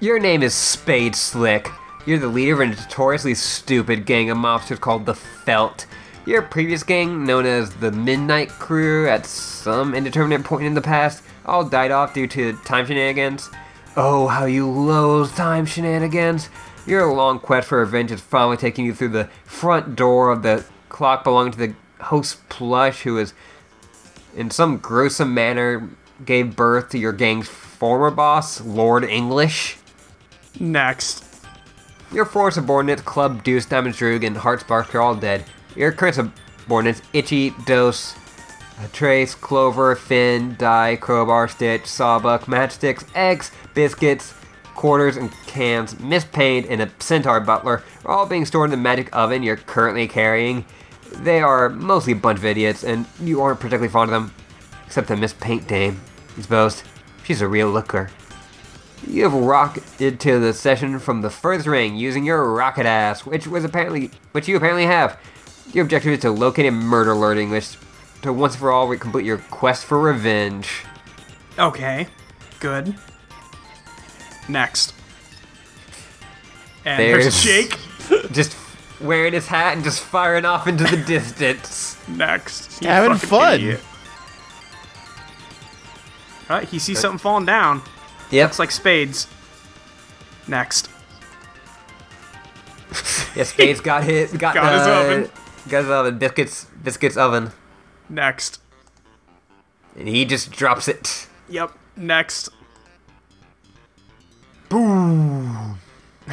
Your name is Spade Slick. You're the leader of a notoriously stupid gang of mobsters called the Felt. Your previous gang, known as the Midnight Crew, at some indeterminate point in the past, all died off due to time shenanigans. Oh, how you loathe time shenanigans! Your long quest for revenge is finally taking you through the front door of the clock belonging to the host Plush, who is in some gruesome manner gave birth to your gang's former boss, Lord English. Next. Your four subordinates, Club Deuce, Diamond Droog, and Hearts Bark, are all dead. Your current subordinates, Itchy, Dose, uh, Trace, Clover, Finn, Die, Crowbar, Stitch, Sawbuck, Matchsticks, Eggs, Biscuits, Quarters, and Cans, Miss Paint, and a Centaur Butler are all being stored in the magic oven you're currently carrying. They are mostly a bunch of idiots, and you aren't particularly fond of them. Except the Miss Paint Dame, I suppose. She's a real looker. You have rocketed to the session from the first ring using your rocket ass, which was apparently which you apparently have. Your objective is to locate and murder Lord English to once and for all re- complete your quest for revenge. Okay. Good. Next. And There's- there's, Jake. Just wearing his hat and just firing off into the distance. Next. You Having fucking fun. idiot. Uh, he sees something falling down. Yep. Looks like spades. Next. yeah, Spades got his got, Got his uh, oven. Got his oven. Biscuits biscuits oven. Next. And he just drops it. Yep. Next. Boom.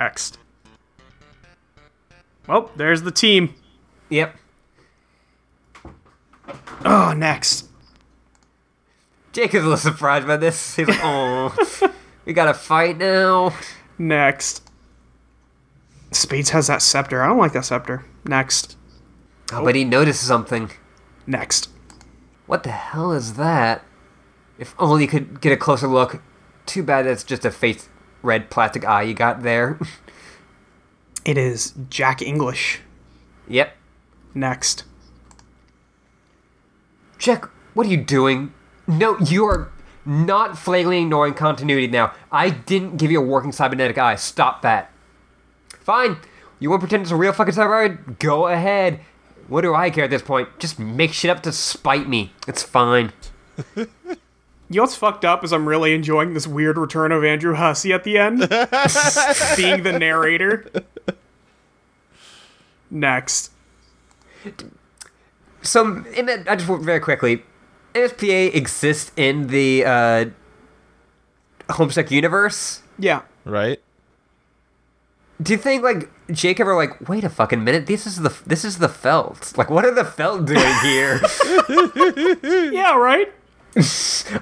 Next. Well, there's the team. Yep. Oh, next. Jake is a little surprised by this. He's like, oh we gotta fight now. Next. Spades has that scepter. I don't like that scepter. Next. Oh, but he noticed something. Next. What the hell is that? If only you could get a closer look. Too bad that's just a face red plastic eye you got there. It is Jack English. yep. Next. Jack, what are you doing? No, you are not flagrantly ignoring continuity now. I didn't give you a working cybernetic eye. Stop that. Fine. You want to pretend it's a real fucking cyber eye? Go ahead. What do I care at this point? Just make shit up to spite me. It's fine. You know what's fucked up is I'm really enjoying this weird return of Andrew Hussey at the end, being the narrator. Next. So, in that, I just want- very quickly, NSPA exists in the uh, Homestuck universe. Yeah. Right? Do you think like Jake ever like, wait a fucking minute, this is the this is the Felt. Like, what are the Felt doing here? Yeah, right?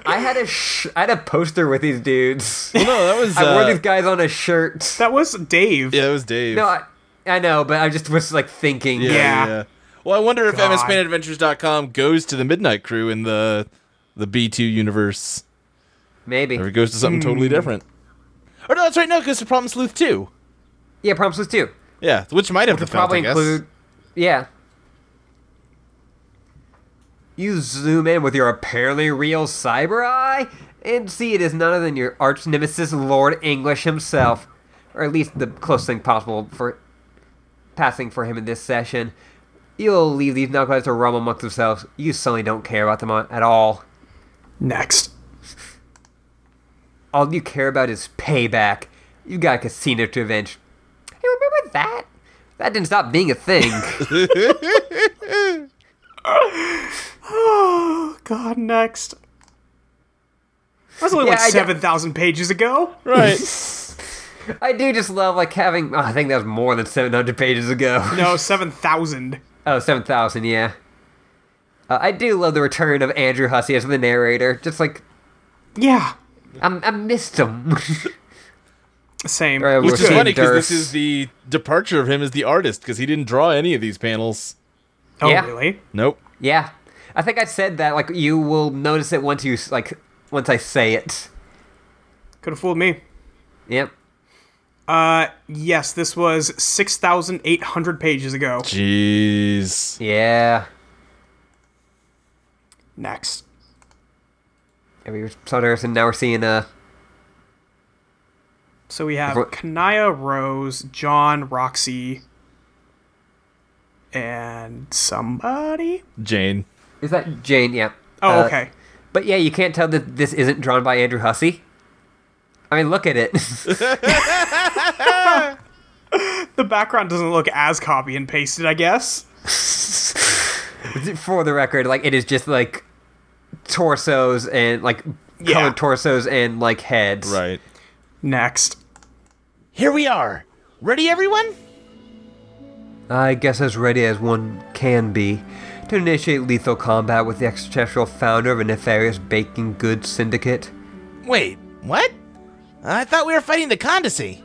I had a sh- I had a poster with these dudes. Well, no, that was. I wore uh, these guys on a shirt. That was Dave. Yeah, that was Dave. No, I, I know, but I just was like thinking. Yeah. Well, I wonder if God. MSPanAdventures.com goes to the Midnight Crew in the the B2 universe, maybe. or if it goes to something totally different. Or no, that's right. No, it goes to Problem Sleuth 2. Yeah, Prompts was too. Yeah, which might have the felt, probably I guess. include yeah you zoom in with your apparently real cyber eye and see it is none other than your arch nemesis lord english himself or at least the closest thing possible for passing for him in this session you'll leave these knuckleheads to rumble amongst themselves you suddenly don't care about them on- at all Next. all you care about is payback you got a casino to avenge hey remember that that didn't stop being a thing Oh, God, next. That was only Yeah, like I d- 7,000 pages ago. Right. I do just love like having. Oh, I think that was more than 700 pages ago. No, 7,000. Oh, 7,000, yeah. Uh, I do love the return of Andrew Hussey as the narrator. Just like Yeah. I'm, I missed him. Same. Right, Which we're is seeing funny because this Durst. is the departure of him as the artist because he didn't draw any of these panels. oh, yeah. really? Nope. yeah, I think I said that. Like you will notice it once you s- like once I say it. Could have fooled me. Yep. Uh, yes, this was 6,800 pages ago. Jeez. Yeah. Next. And we saw Durst, and now we're seeing uh So we have Ro- Kanaya Rose, John Roxy, and somebody. Jane. Is that Jane? Yeah. Oh, Uh, okay. But yeah, you can't tell that this isn't drawn by Andrew Hussey. I mean, look at it. The background doesn't look as copy and pasted, I guess. For the record, like it is just like torsos and like Yeah. colored torsos and like heads. Right. Next. Here we are. Ready, everyone? I guess as ready as one can be to initiate lethal combat with the extraterrestrial founder of a nefarious baking goods syndicate. Wait, what? I thought we were fighting the Condesi.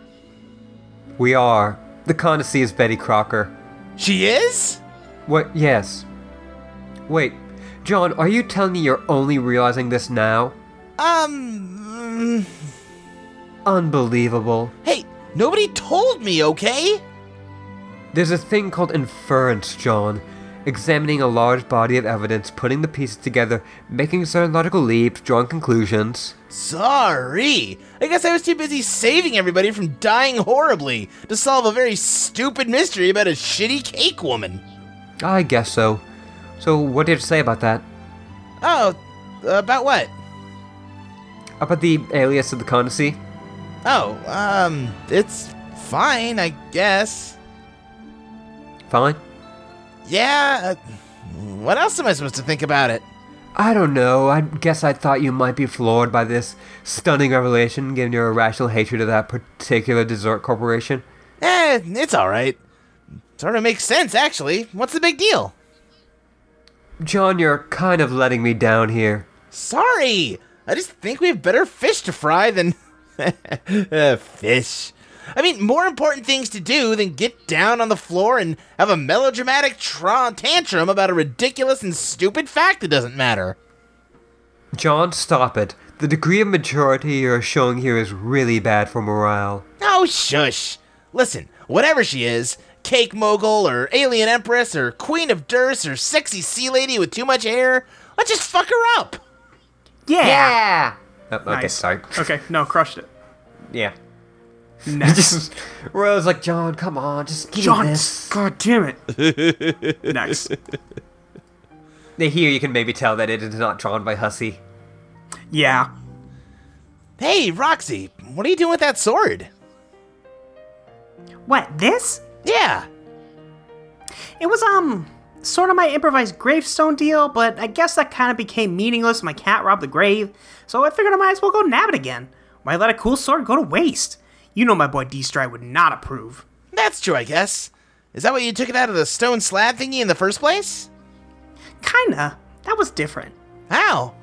We are. The Condesee is Betty Crocker. She is? What? Yes. Wait, John, are you telling me you're only realizing this now? Um. mm, Unbelievable. Hey, nobody told me, okay? There's a thing called inference, John. Examining a large body of evidence, putting the pieces together, making certain logical leaps, drawing conclusions. Sorry. I guess I was too busy saving everybody from dying horribly to solve a very stupid mystery about a shitty cake woman. I guess so. So, what did you say about that? Oh, about what? About the alias of the Condesee? Oh, um, it's fine, I guess. Fine. Yeah, uh, what else am I supposed to think about it? I don't know. I guess I thought you might be floored by this stunning revelation, given your irrational hatred of that particular dessert corporation. Eh, it's alright. Sort of makes sense, actually. What's the big deal? John, you're kind of letting me down here. Sorry! I just think we have better fish to fry than. Uh, fish. I mean, more important things to do than get down on the floor and have a melodramatic tra- tantrum about a ridiculous and stupid fact that doesn't matter. John, stop it. The degree of maturity you're showing here is really bad for morale. Oh, shush. Listen, whatever she is cake mogul or alien empress or queen of Durst or sexy sea lady with too much hair let's just fuck her up. Yeah. Yeah! Oh, okay, Nice. sorry. Okay, no, crushed it. Yeah. Next. Rose, like, John, come on, just give John, me this. god damn it. Next. Now, Here, you can maybe tell that it is not drawn by Hussey. Yeah. Hey, Roxy, what are you doing with that sword? What, this? Yeah. It was, um, sort of my improvised gravestone deal, but I guess that kind of became meaningless. My cat robbed the grave, so I figured I might as well go nab it again. Why let a cool sword go to waste? You know my boy D Stride would not approve. That's true, I guess. Is that why you took it out of the stone slab thingy in the first place? Kinda. That was different. How?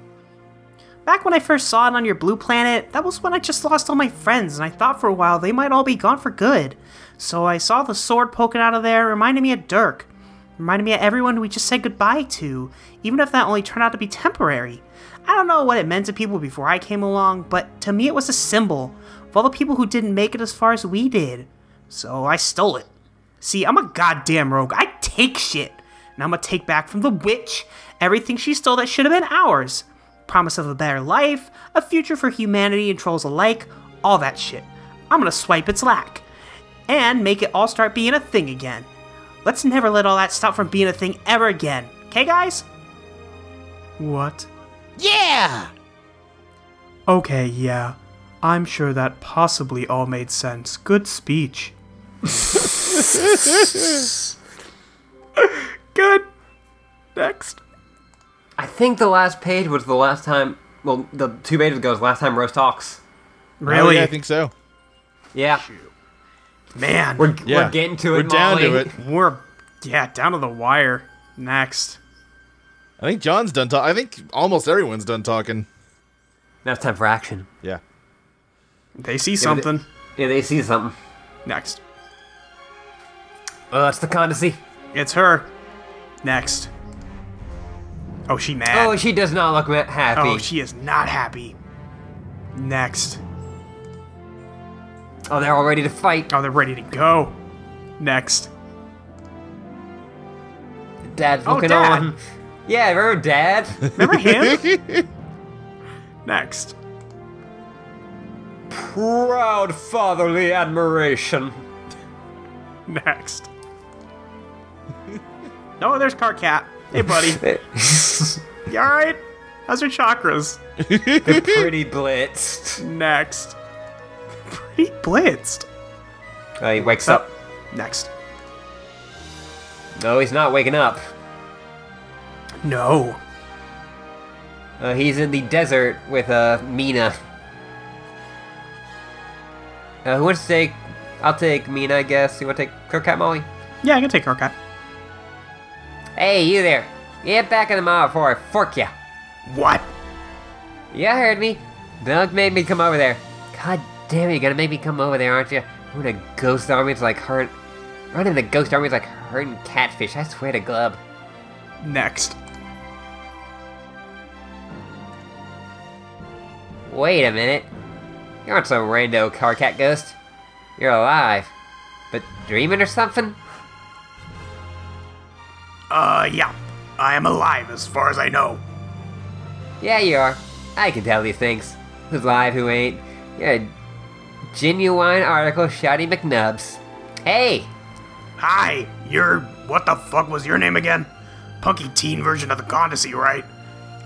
Back when I first saw it on your blue planet, that was when I just lost all my friends, and I thought for a while they might all be gone for good. So I saw the sword poking out of there, reminded me of Dirk. Reminded me of everyone we just said goodbye to, even if that only turned out to be temporary. I don't know what it meant to people before I came along, but to me it was a symbol of all the people who didn't make it as far as we did. So I stole it. See, I'm a goddamn rogue. I take shit. And I'm gonna take back from the witch everything she stole that should have been ours. Promise of a better life, a future for humanity and trolls alike, all that shit. I'm gonna swipe its lack. And make it all start being a thing again. Let's never let all that stop from being a thing ever again. Okay, guys? What? Yeah! Okay, yeah. I'm sure that possibly all made sense. Good speech. Good. Next. I think the last page was the last time. Well, the two pages ago was the last time Rose talks. Oh, Really? yeah, I think so. Yeah. Man, We're, we're, Yeah. we're getting to We're it. down to Molly. it. we're yeah, down to the wire. Next. I think John's done talking. I think almost everyone's done talking. Now it's time for action. Yeah. They see Yeah, but something. Yeah, they see something. Next. Oh, that's the Condesee. It's her. Next. Oh, she mad. Oh, she does not look ma- happy. Oh, she is not happy. Next. Oh, they're all ready to fight. Oh, they're ready to go. Next. Dad's Oh, looking Dad. on. Yeah, remember Dad? Remember him? Next. proud fatherly admiration. Next. no, there's Car Cat. Hey, buddy. They're You alright? How's your chakras? pretty blitzed. Next. Pretty blitzed. Uh, he wakes up. Next. No, he's not waking up. No. Uh, he's in the desert with uh, Mina. Uh, who wants to take? I'll take Mina, I guess. You want to take Crocat Molly? Yeah, I can take Car Cat. Hey, you there! Get back in the mile before I fork ya. What? Yeah, heard me. Don't make me come over there. God damn it, you're gonna make me come over there, aren't you? Running a ghost armies like her. Running the ghost armies like herding catfish. I swear to glub. Next. Wait a minute. You aren't some rando carcat ghost. You're alive. But dreaming or something? Uh, yeah. I am alive as far as I know. Yeah, you are. I can tell these things. Who's live, who ain't. You're a genuine article shouty McNubs. Hey! Hi, you're. What the fuck was your name again? Punky teen version of the Condesi, right?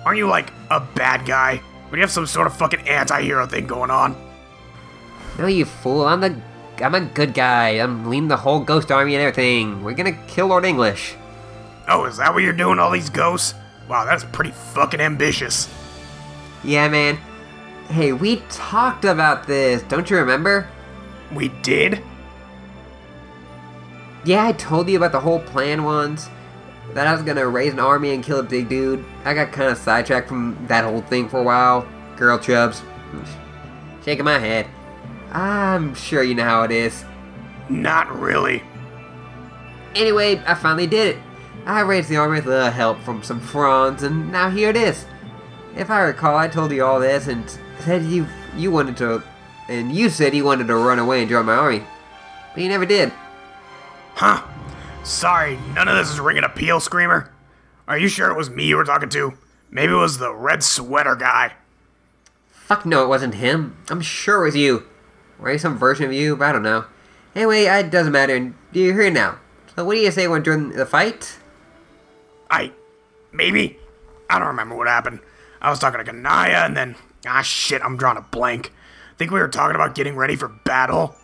Aren't you like a bad guy? Or do you have some sort of fucking anti hero thing going on? No, you fool. I'm the. I'm a good guy. I'm leading the whole ghost army and everything. We're gonna kill Lord English. Oh, is that what you're doing, all these ghosts? Wow, that's pretty fucking ambitious. Yeah, man. Hey, we talked about this. Don't you remember? We did? Yeah, I told you about the whole plan once. That I was gonna raise an army and kill a big dude. I got kind of sidetracked from that whole thing for a while. Girl chubs. Shaking my head. I'm sure you know how it is. Not really. Anyway, I finally did it. I raised the army with a little help from some fronds, and now here it is. If I recall, I told you all this and said you you wanted to, and you said you wanted to run away and join my army, but you never did. Huh. Sorry, none of this is ringing a peel, Screamer. Are you sure it was me you were talking to? Maybe it was the red sweater guy. Fuck no, it wasn't him. I'm sure it was you, or some version of you, but I don't know. Anyway, it doesn't matter. You're here now. So what do you say when join the fight? I. Maybe? I don't remember what happened. I was talking to Ganaya, and then. Ah, shit, I'm drawing a blank. Think we were talking about getting ready for battle?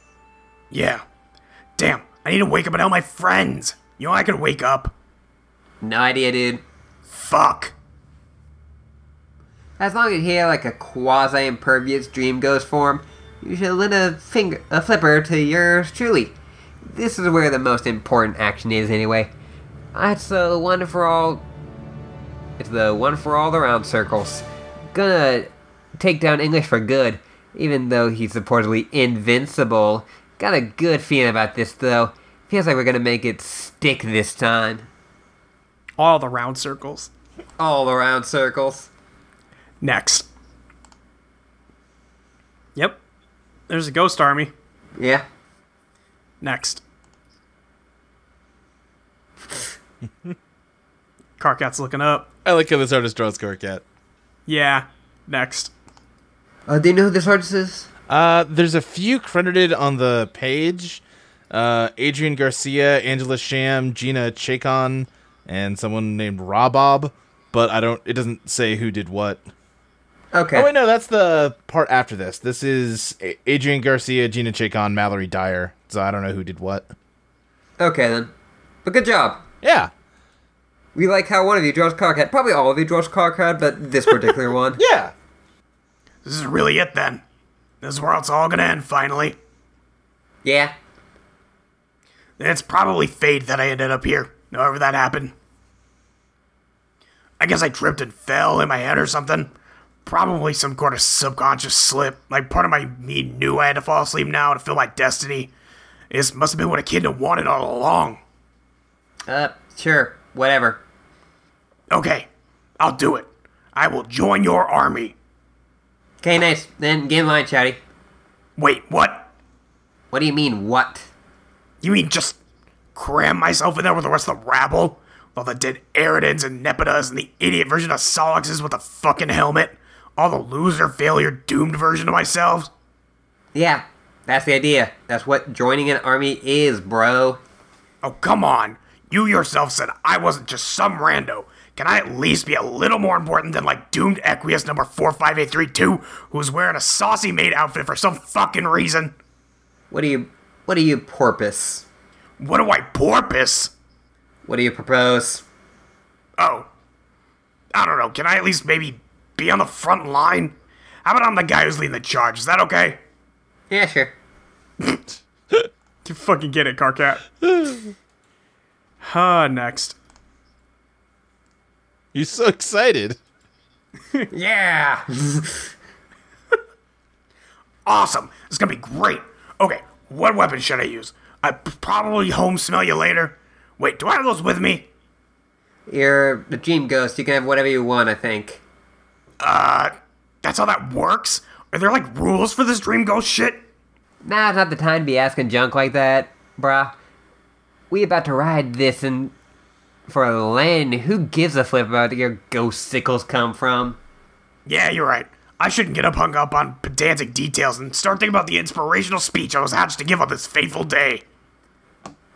Yeah. Damn, I need to wake up and help my friends. You know, I could wake up. No idea, dude. Fuck. As long as he had like a quasi impervious dream ghost form, you should lend a finger a flipper to yours truly. This is where the most important action is anyway. That's the one for all It's the one for all the round circles. Gonna take down English for good, even though he's supposedly invincible. Got a good feeling about this though. Feels like we're gonna make it stick this time. All the round circles. All around circles. Next. Yep. There's a ghost army. Yeah. Next. Carcat's looking up. I like how this artist draws Carcat. Yeah. Next. Uh, do you know who this artist is? Uh, there's a few credited on the page. Uh, Adrian Garcia, Angela Sham, Gina Chacon, and someone named Robob, but I don't. It doesn't say who did what. Okay. Oh wait, no, that's the part after this. This is A- Adrian Garcia, Gina Chacon, Mallory Dyer. So I don't know who did what. Okay then. But good job. Yeah, We like how one of you draws Cockhead. Probably all of you draws Cockhead, but this particular one. yeah. This is really it then. This is where it's all gonna end finally. Yeah. And it's probably fate that I ended up here, however that happened. I guess I tripped and fell in my head or something. Probably some sort of subconscious slip. Like part of my me knew I had to fall asleep now to fill my destiny. This must have been what a kid had wanted all along. Uh, sure. Whatever. Okay, I'll do it. I will join your army. Okay, nice. Then get in line, Chatty. Wait, what? What do you mean, what? You mean just cram myself in there with the rest of the rabble? All the dead Aeridans and Nepidas and the idiot version of Solixes with a fucking helmet? All the loser, failure, doomed version of myself? Yeah, that's the idea. That's what joining an army is, bro. Oh, come on. You yourself said I wasn't just some rando. Can I at least be a little more important than like doomed Equius number 45832 who's wearing a saucy maid outfit for some fucking reason? What do you, what do you porpoise? What do I porpoise? What do you propose? Oh. I don't know. Can I at least maybe be on the front line? How about I'm the guy who's leading the charge? Is that okay? Yeah, sure. You fucking get it, Carcat. Huh, next. You're so excited. Yeah. Awesome. It's gonna be great. Okay, what weapon should I use? I p- probably home smell you later. Wait, do I have those with me? You're the dream ghost. You can have whatever you want. I think. That's how that works? Are there like rules for this Dream Ghost shit? Now's not the time to be asking junk like that, bruh. We about to ride this and for a land. Who gives a flip about your ghost sickles come from? Yeah, you're right. I shouldn't get up hung up on pedantic details and start thinking about the inspirational speech I was hatched to give on this fateful day.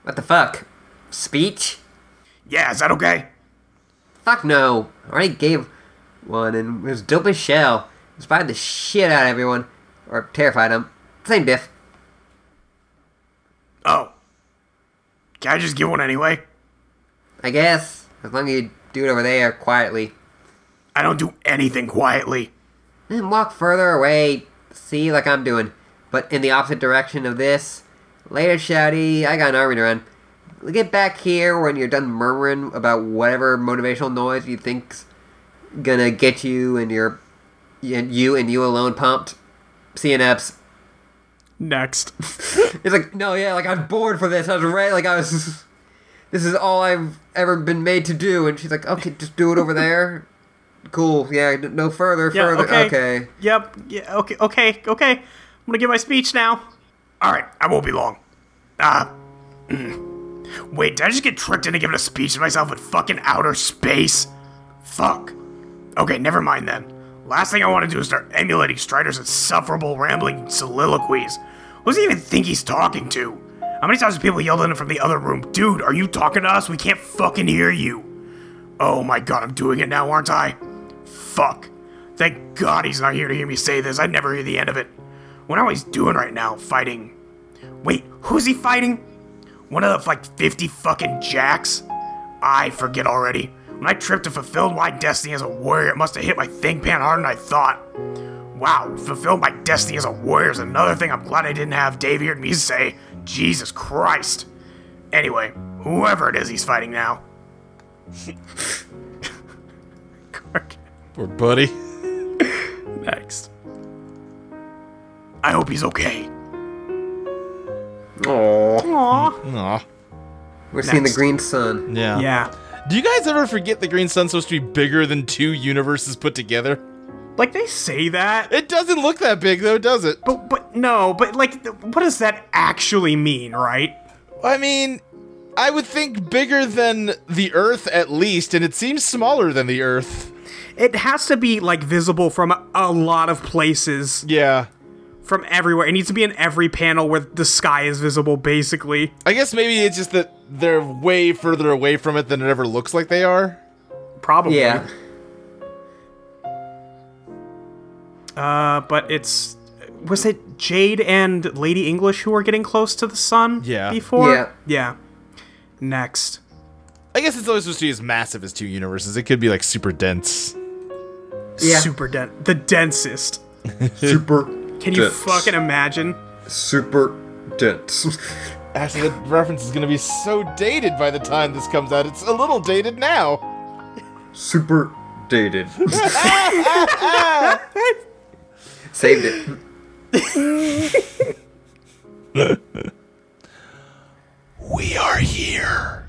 What the fuck? Speech? Yeah, is that okay? Fuck no. I already gave one and it was dope as shell. Inspired the shit out of everyone. Or terrified them. Same diff. Oh. Can I just get one anyway? I guess. As long as you do it over there quietly. I don't do anything quietly. Then walk further away. See, like I'm doing. But in the opposite direction of this. Later, Shouty. I got an army to run. Get back here when you're done murmuring about whatever motivational noise you think's gonna get you and your. and you and you alone pumped. See you, Neps. Next. It's like, no, yeah, like I was bored for this. I was right, like I was. This is all I've ever been made to do, and she's like, okay, just do it over there. Cool, yeah, n- no further, Yeah, further, okay. okay. Yep. Yeah, okay. Okay. Okay. I'm gonna give my speech now. Alright, I won't be long. Ah. Wait, did I just get tricked into giving a speech to myself in fucking outer space? Fuck. Okay, never mind then. Last thing I want to do is start emulating Strider's insufferable rambling soliloquies. Who does he even think he's talking to? How many times have people yelled at him from the other room, dude, are you talking to us? We can't fucking hear you. Oh my god, I'm doing it now, aren't I? Fuck. Thank god he's not here to hear me say this. I'd never hear the end of it. Wonder what he's doing right now, fighting. Wait, who's he fighting? One of the like 50 fucking jacks? I forget already. When I tripped to fulfill my destiny as a warrior, it must have hit my thing pan harder than I thought. Wow, fulfilled my destiny as a warrior is another thing I'm glad I didn't have Dave heard me say. Jesus Christ. Anyway, whoever it is he's fighting now. Poor buddy. Next. I hope he's okay. Aw. Aw. We're seeing the Next. green sun. Yeah. Yeah. Do you guys ever forget the green sun's supposed to be bigger than two universes put together? Like they say that, It doesn't look that big though, does it? but but no, but like what does that actually mean, right? I mean, I would think bigger than the Earth at least, and it seems smaller than the Earth. It has to be like visible from a lot of places, Yeah. from everywhere. It needs to be in every panel where the sky is visible, basically. I guess maybe it's just that they're way further away from it than it ever looks like they are. Probably. Yeah. Uh, but it's was it Jade and Lady English who were getting close to the sun? Yeah. Before. Yeah. Yeah. Next. I guess it's always supposed to be as massive as two universes. It could be like super dense. Yeah. Super dense. The densest. Super. Can you fucking imagine? Super dense. Actually, that reference is going to be so dated by the time this comes out. It's a little dated now. Super dated. Saved it. We are here.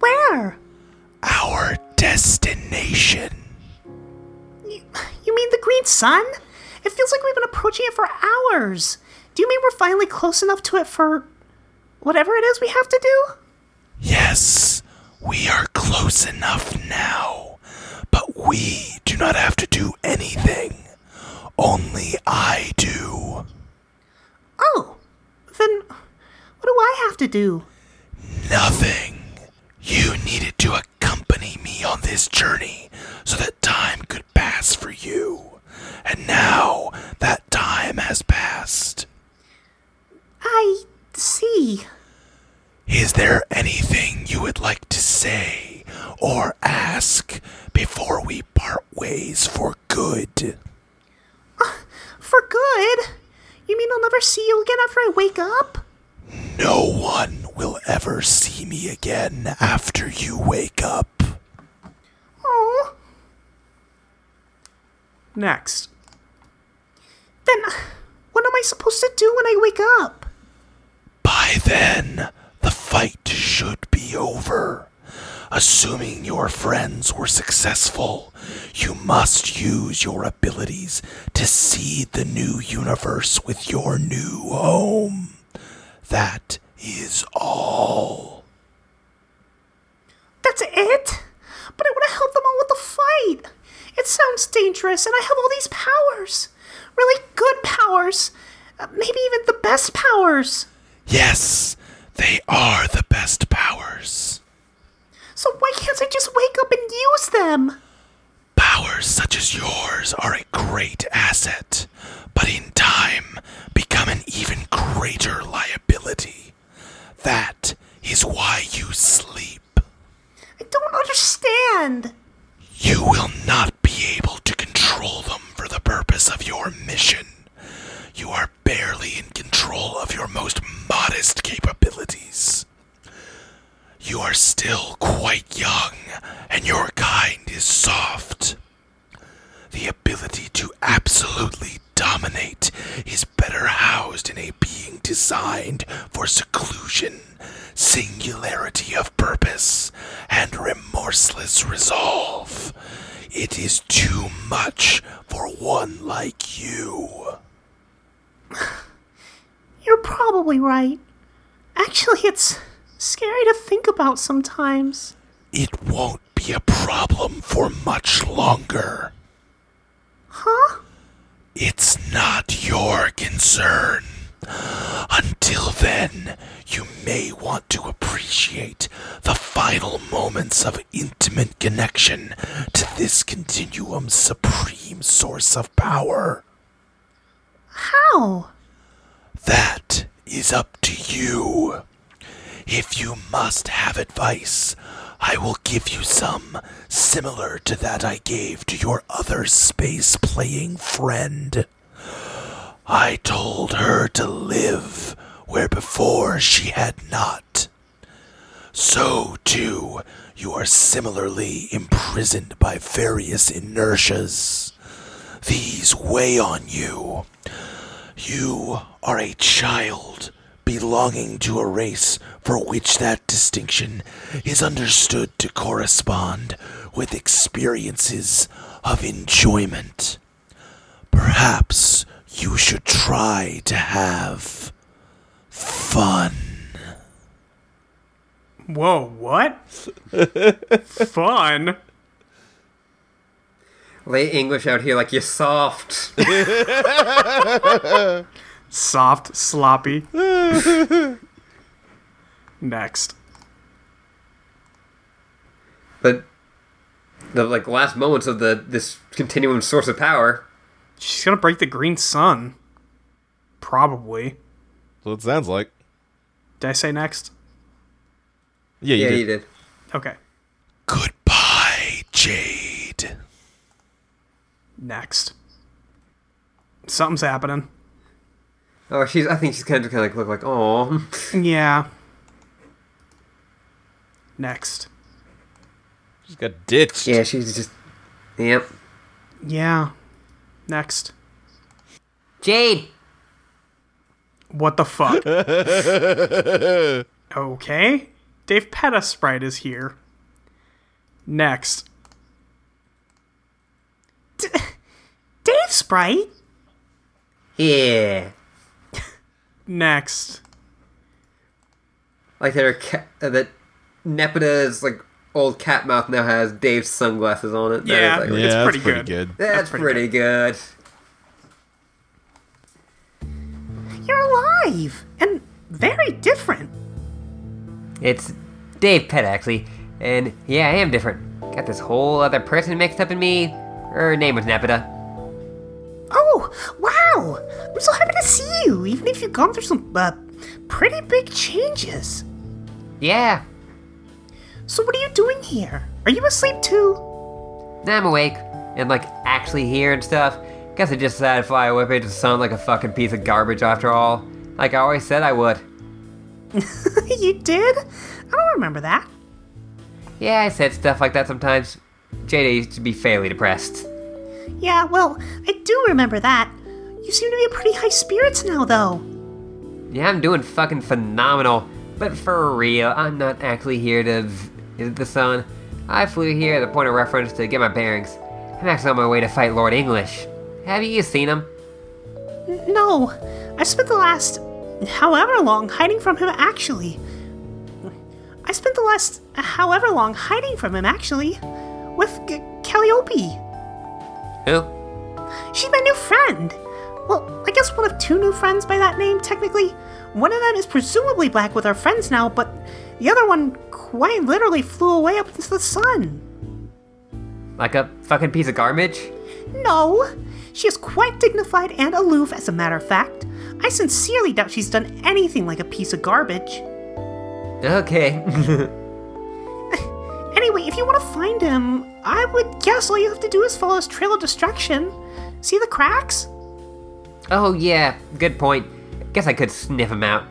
Where? Our destination. You mean the green sun? It feels like we've been approaching it for hours. Do you mean we're finally close enough to it for whatever it is we have to do? Yes, we are close enough now, but we do not have to do anything. Only I do. Oh, then what do I have to do? Nothing. You needed to accompany me on this journey so that time could pass for you. And now that time has passed. I see. Is there anything you would like to say or ask before we part ways for good? For good? You mean I'll never see you again after I wake up? No one will ever see me again after you wake up. Oh, Next. then what am I supposed to do when I wake up? By then, the fight should be over. Assuming your friends were successful, you must use your abilities to seed the new universe with your new home. That is all. That's it? But I want to help them all with the fight. It sounds dangerous, and I have all these powers. Really good powers. Uh, maybe even the best powers. Yes, they are the best powers. So why can't I just wake up and use them? Powers such as yours are a great asset, but in time become an even greater liability. That is why you sleep. I don't understand. You will not be able to control them for the purpose of your mission. You are barely in control of your most modest capabilities. You are still quite young, and your kind is soft. The ability to absolutely dominate is better housed in a being designed for seclusion, singularity of purpose, and remorseless resolve. It is too much for one like you. You're probably right. Actually, it's scary to think about sometimes. It won't be a problem for much longer. Huh? It's not your concern. Until then, you may want to appreciate the final moments of intimate connection to this continuum's supreme source of power. How? That is up to you. If you must have advice, I will give you some similar to that I gave to your other space playing friend. I told her to live where before she had not. So, too, you are similarly imprisoned by various inertias. These weigh on you. You are a child belonging to a race for which that distinction is understood to correspond with experiences of enjoyment. Perhaps you should try to have fun. Whoa, what? Fun? Lay English out here like you're soft. Soft, sloppy. Next. but the like last moments of the this continuum source of power. She's gonna break the green sun. Probably. That's what it sounds like. Did I say next? Yeah, you Yeah, did. you did. Okay. Goodbye, Jade. Next. Something's happening. Oh, she's. I think she's kind of kind of like look like oh. Yeah. Next. Just got ditched. Yeah, she's just. Yep. Yeah. Next. Jade. What the fuck? okay. Dave Pettisprite is here. Next. Dave Sprite? Yeah. Next. Like that. Her cat, uh, that Nepida's like old cat mouth now has Dave's sunglasses on it. That is, Yeah. like, It's that's pretty pretty good. good. That's, pretty, good. You're alive! alive and very different. It's Dave Pett, actually. And yeah, I am different. Got this whole other person mixed up in me. Her name was Nepeta. Oh, wow! I'm so happy to see you, even if you've gone through some uh, pretty big changes. Yeah, So, what are you doing here? Are you asleep too? now I'm awake and like actually here and stuff. Guess I just decided to fly away but it just sound like a fucking piece of garbage after all. Like I always said I would. you did? I don't remember that. Yeah, I said stuff like that sometimes. JD used to be fairly depressed. Yeah, well, I do remember that. You seem to be in pretty high spirits now, though. Yeah, I'm doing fucking phenomenal. But for real, I'm not actually here to visit the sun. I flew here as a point of reference to get my bearings. I'm actually on my way to fight Lord English. Have you seen him? No, I spent the last however long hiding from him, actually. I spent the last however long hiding from him, actually, with G- Calliope. Who? She's my new friend. Well, I guess one of two new friends by that name, technically. One of them is presumably back with our friends now, but the other one quite literally flew away up into the sun. Like a fucking piece of garbage? No, she is quite dignified and aloof, as a matter of fact. I sincerely doubt she's done anything like a piece of garbage. Okay. Anyway, if you want to find him, I would guess all you have to do is follow his trail of destruction. See the cracks? oh yeah, good point. Guess I could sniff him out.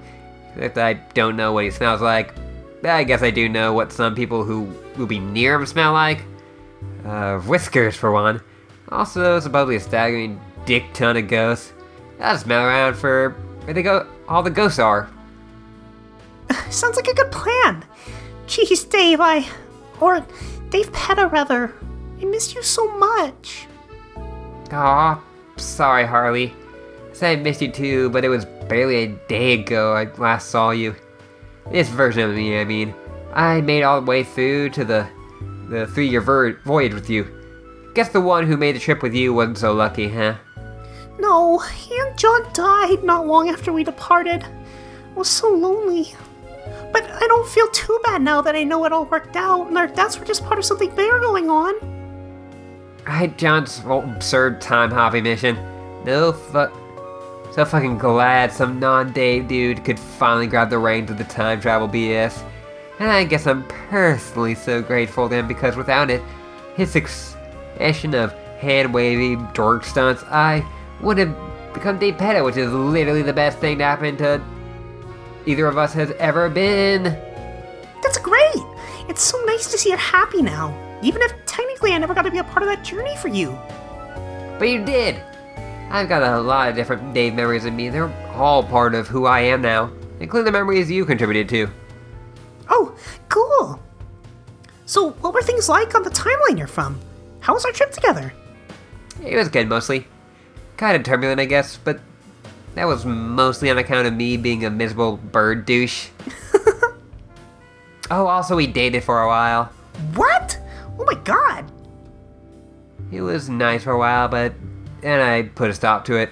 Except I don't know what he smells like. I guess I do know what some people who will be near him smell like. Uh, whiskers for one. Also, supposedly a staggering dick ton of ghosts. I'll just smell around for where they go. All the ghosts are. Sounds like a good plan. Jeez, Dave, I. Or Dave Petta, rather. I miss you so much. Aw, sorry, Harley. Said I missed you too, but it was barely a day ago I last saw you. This version of me, I mean. I made all the way through to the the three-year ver- voyage with you. Guess the one who made the trip with you wasn't so lucky, huh? No, he and John died not long after we departed. I was so lonely. But I don't feel too bad now that I know it all worked out and our deaths were just part of something bigger going on. I had John's whole absurd time hopping mission. No fuck. So fucking glad some non Dave dude could finally grab the reins of the time travel BS. And I guess I'm personally so grateful to him because without it, his succession of hand wavy dork stunts, I would have become Dave Pettit, which is literally the best thing to happen to either of us has ever been. That's great! It's so nice to see you're happy now, even if technically I never got to be a part of that journey for you. But you did! I've got a lot of different Dave memories in me. They're all part of who I am now, including the memories you contributed to. Oh, cool. So, what were things like on the timeline you're from? How was our trip together? It was good mostly. Kind of turbulent, I guess, but that was mostly on account of me being a miserable bird douche. oh, also, we dated for a while. What? Oh my god. It was nice for a while, but then I put a stop to it.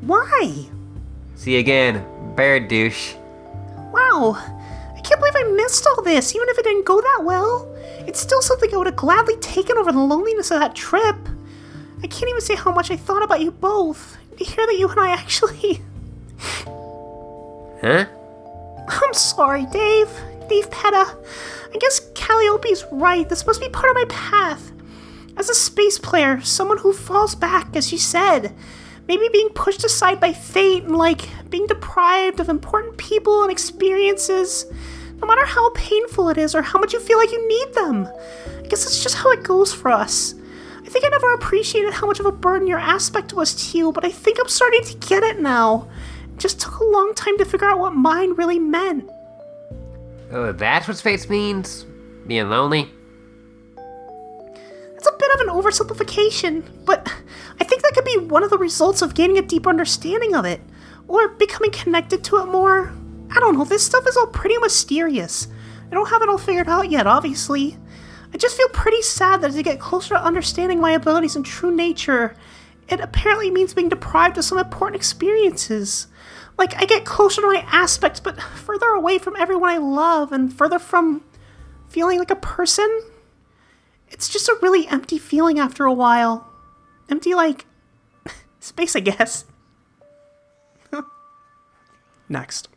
Why? See you again, bird douche. Wow. I can't believe I missed all this, even if it didn't go that well. It's still something I would have gladly taken over the loneliness of that trip. I can't even say how much I thought about you both. To hear that you and I actually. Huh? I'm sorry, Dave. Dave Petta. I guess Calliope's right. This must be part of my path. As a space player, someone who falls back, as she said, maybe being pushed aside by fate and like being deprived of important people and experiences, no matter how painful it is or how much you feel like you need them. I guess it's just how it goes for us. I think I never appreciated how much of a burden your aspect was to you, but I think I'm starting to get it now. It just took a long time to figure out what mine really meant. Oh, that's what space means? Being lonely? That's a bit of an oversimplification, but I think that could be one of the results of gaining a deeper understanding of it, or becoming connected to it more. I don't know, this stuff is all pretty mysterious. I don't have it all figured out yet, obviously. I just feel pretty sad that as I get closer to understanding my abilities and true nature, it apparently means being deprived of some important experiences. Like, I get closer to my aspects, but further away from everyone I love and further from feeling like a person. It's just a really empty feeling after a while. Empty, like, space, I guess. Next.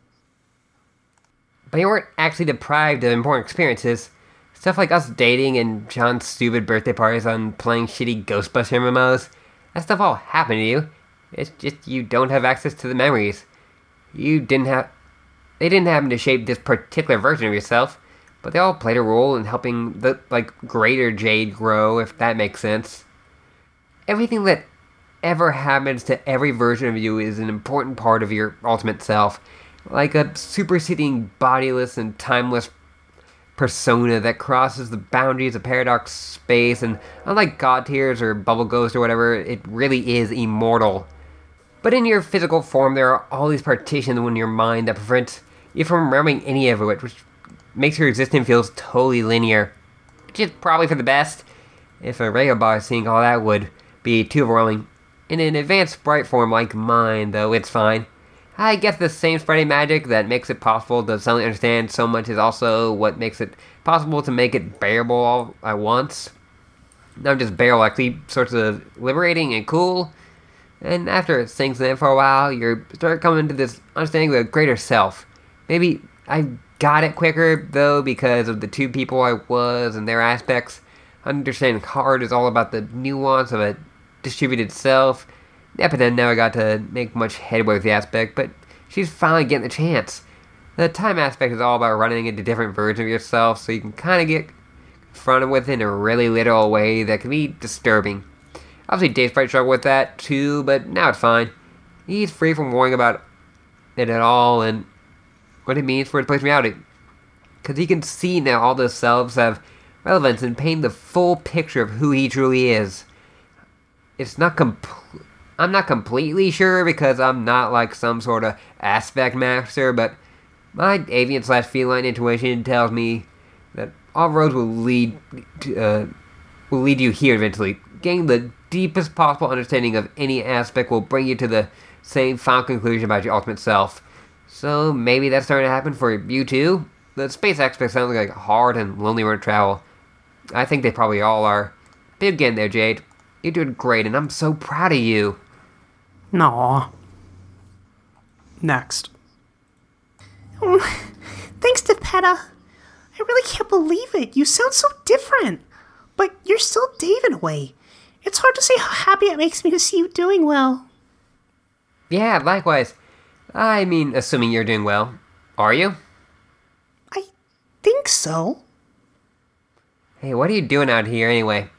But you weren't actually deprived of important experiences. Stuff like us dating and John's stupid birthday parties and playing shitty Ghostbuster MMOs. That stuff all happened to you. It's just you don't have access to the memories. You didn't have. They didn't happen to shape this particular version of yourself, but they all played a role in helping the like greater Jade grow, if that makes sense. Everything that ever happens to every version of you is an important part of your ultimate self, like a superseding, bodiless, and timeless persona that crosses the boundaries of paradox space. And unlike God Tears or Bubble Ghost or whatever, it really is immortal. But in your physical form, there are all these partitions in your mind that prevent you from remembering any of it, which makes your existence feels totally linear, which is probably for the best. If a radio bar seeing all that would be too overwhelming. In an advanced sprite form like mine, though, it's fine. I guess the same spriting magic that makes it possible to suddenly understand so much is also what makes it possible to make it bearable all at once. Not just bearable, actually, sorts of liberating and cool. And after it sinks in for a while, you start coming to this understanding of a greater self. Maybe I got it quicker, though, because of the two people I was and their aspects. Understanding hard is all about the nuance of a distributed self. Epidem never got to make much headway with the aspect, but she's finally getting the chance. The time aspect is all about running into different versions of yourself so you can kind of get confronted with it in a really literal way that can be disturbing. Obviously, Dave's probably struggled with that too, but now it's fine. He's free from worrying about it at all and what it means for his place in reality. Because he can see now all those selves have relevance and paint the full picture of who he truly is. It's not complete. I'm not completely sure because I'm not like some sort of aspect master, but my avian slash feline intuition tells me that all roads will lead to, uh, will lead you here eventually. Getting the deepest possible understanding of any aspect will bring you to the same final conclusion about your ultimate self. So maybe that's starting to happen for you too. The space aspect sounds like a hard and lonely road to travel. I think they probably all are. But you're getting there, Jade. You're doing great, and I'm so proud of you. No. Next. "Oh, Thanks to Peta. I really can't believe it. You sound so different. But you're still Dave in a way. It's hard to say how happy it makes me to see you doing well. Yeah, likewise. I mean, assuming you're doing well. Are you? I think so. Hey, what are you doing out here anyway?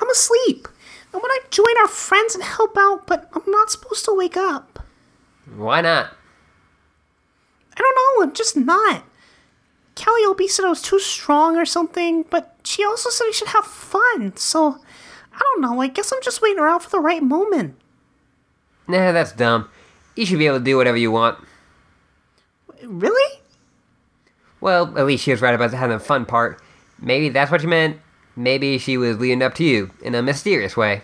I'm asleep. I want to join our friends and help out, but I'm not supposed to wake up. Why not? I don't know, I'm just not. Kelly Obi said I was too strong or something, but she also said I should have fun, so I don't know, I guess I'm just waiting around for the right moment. Nah, that's dumb. You should be able to do whatever you want. Really? Well, at least she was right about having the fun part. Maybe that's what you meant. Maybe she was leading up to you in a mysterious way.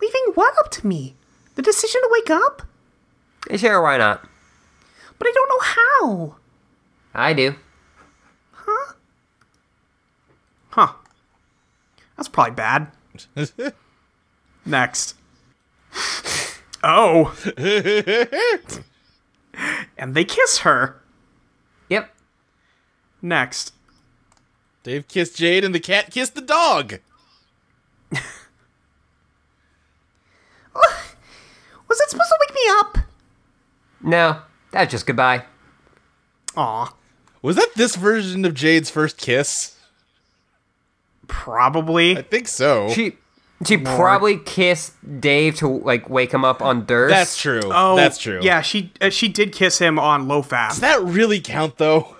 Leaving what up to me? The decision to wake up? Eh, Sure, why not? But I don't know how. I do. Huh? Huh. That's probably bad. Next. Oh. and they kiss her. Yep. Next. Dave kissed Jade and the cat kissed the dog. Was it supposed to wake me up? No, that's just goodbye. Aw. Was that this version of Jade's first kiss? Probably. I think so. She she probably kissed Dave to like wake him up on dirt. That's true. Oh, That's true. Yeah, she uh, she did kiss him on low fast. Does that really count though?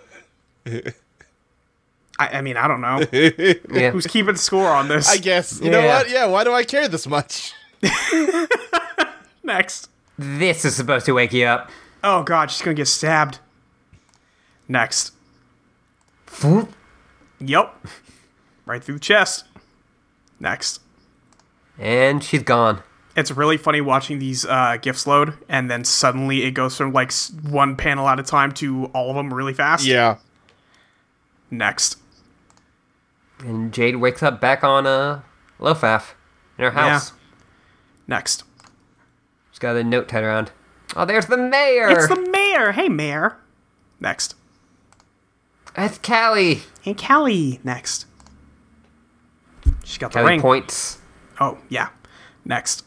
I, I mean, I don't know Yeah. who's keeping score on this. I guess. You know Yeah. what? Yeah, why do I care this much? Next. This is supposed to wake you up. Oh god, she's gonna get stabbed. Next. Foop. Yep. Right through the chest. Next. And she's gone. it's really funny watching these uh, gifs load, and then suddenly it goes from like s- one panel at a time to all of them really fast. Yeah. Next. And Jade wakes up back on uh, Lofaf in her house. Next. She's got a note tied around. Oh, there's the Er. mayor! It's the mayor. Hey, mayor. Next. That's Callie! And Callie. Next. She's got the Callie ring. points. Oh, yeah. Next.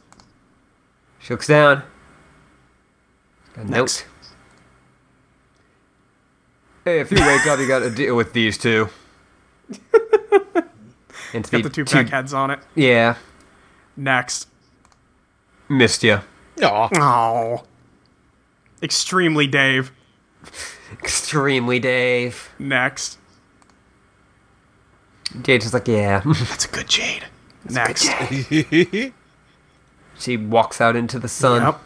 She looks down. Got a note. Next. Hey, if you wake up, you gotta deal with these two. and Got the two pack heads on it. Yeah, Next. missed you. Aw. Oh. Extremely Dave. Extremely, Dave. Next. Jade's just like, yeah. That's a good Jade. Next. she walks out into the sun. Yep.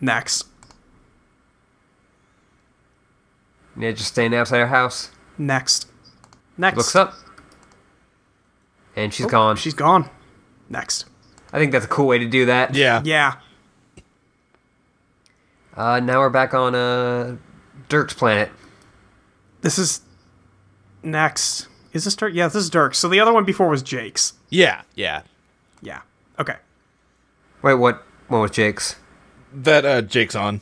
Next. Yeah, just staying outside her house. Next. Next. Looks up. And she's gone. Oh, She's gone. Next. I think that's a cool way to do that. Yeah. Yeah. Uh, now we're back on uh, Dirk's planet. This is next. Is this Dirk? Yeah, this is Dirk. So the other one before was Jake's. Yeah. Yeah. Yeah. Okay. Wait, what? What was Jake's? That uh Jake's on.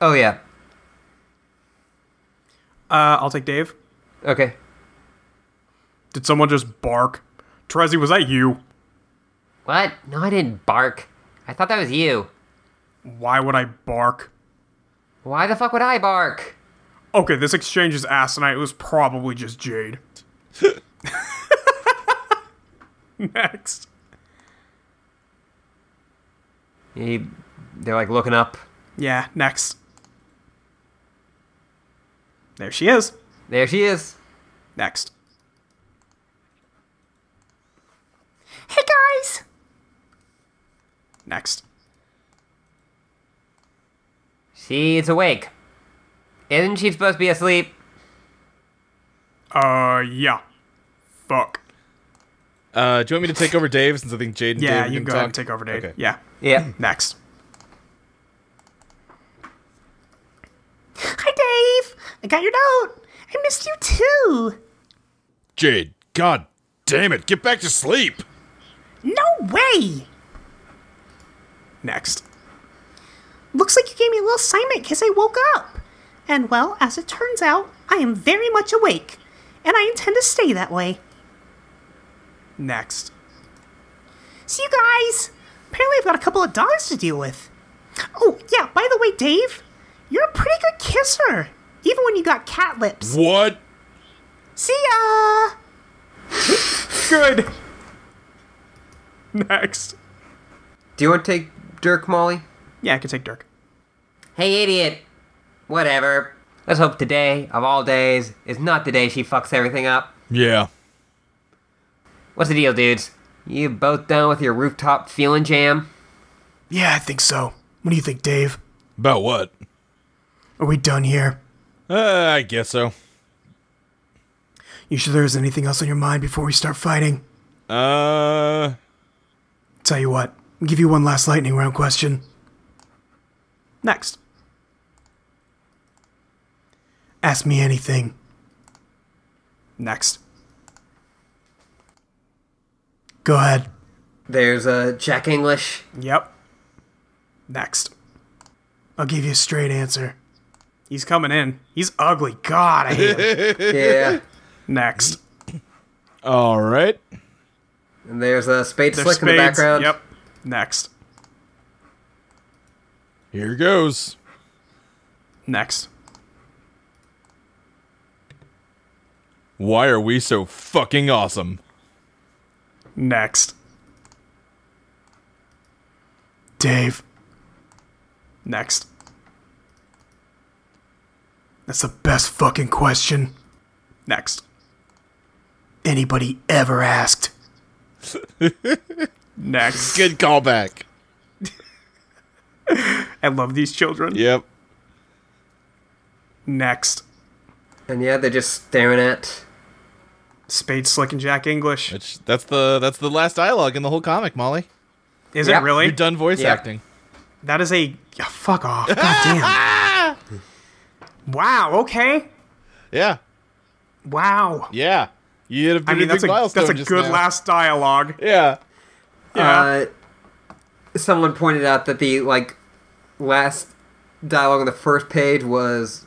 Oh yeah. Uh, I'll take Dave. Okay. Did someone just bark? Trezzy, was that you? What? No, I didn't bark. I thought that was you. Why would I bark? Why the fuck would I bark? Okay, this exchange is asinine. It was probably just Jade. Next. He, they're like looking up. Yeah, next. There she is. There she is. Next. Hey, guys. Next. She's awake. Isn't she supposed to be asleep? Uh, yeah. Fuck. Uh do you want me to take over Dave since I think Jade and Yeah, Dave you can can go talk? ahead and take over, Dave. Okay. Yeah. Yeah. Next. Hi, Dave. I got your note. I missed you too. Jade, god damn it, get back to sleep! No way. Next. Looks like you gave me a little assignment because I woke up. And well, as it turns out, I am very much awake. And I intend to stay that way. Next. See you guys! Apparently, I've got a couple of dogs to deal with. Oh, yeah, by the way, Dave, you're a pretty good kisser, even when you got cat lips. What? See ya! Good. Next. Do you want to take Dirk, Molly? Yeah, I can take Dirk. Hey, idiot. Whatever. Let's hope today, of all days, is not the day she fucks everything up. Yeah. What's the deal, dudes? You both done with your rooftop feeling jam? Yeah, I think so. What do you think, Dave? About what? Are we done here? Uh, I guess so. You sure there's anything else on your mind before we start fighting? Uh Tell you what, I'll give you one last lightning round question. Next. Ask me anything. Next. Go ahead. There's uh, Jack English. Yep. Next. I'll give you a straight answer. He's coming in. He's ugly. God, I hate him. Yeah. Next. all right. and there's uh, Spade There's Slick in the spades. background. Yep. Next. Here goes. Next. Why are we so fucking awesome? Next. Dave. Next. That's the best fucking question. Next. Anybody ever asked? Next. Good callback. I love these children. Yep. Next. And yeah, they're just staring at. Spade Slick and Jack English. Which that's the that's the last dialogue in the whole comic, Molly. Is Yep. it really? You're done voice Yeah. acting. That is a yeah, fuck off. God damn. wow. Okay. Ah! Yeah, Wow. yeah. You hit a, I mean, big that's a milestone that's a just good now. last dialogue. Yeah. Uh, Yeah. someone pointed out that the like last dialogue on the first page was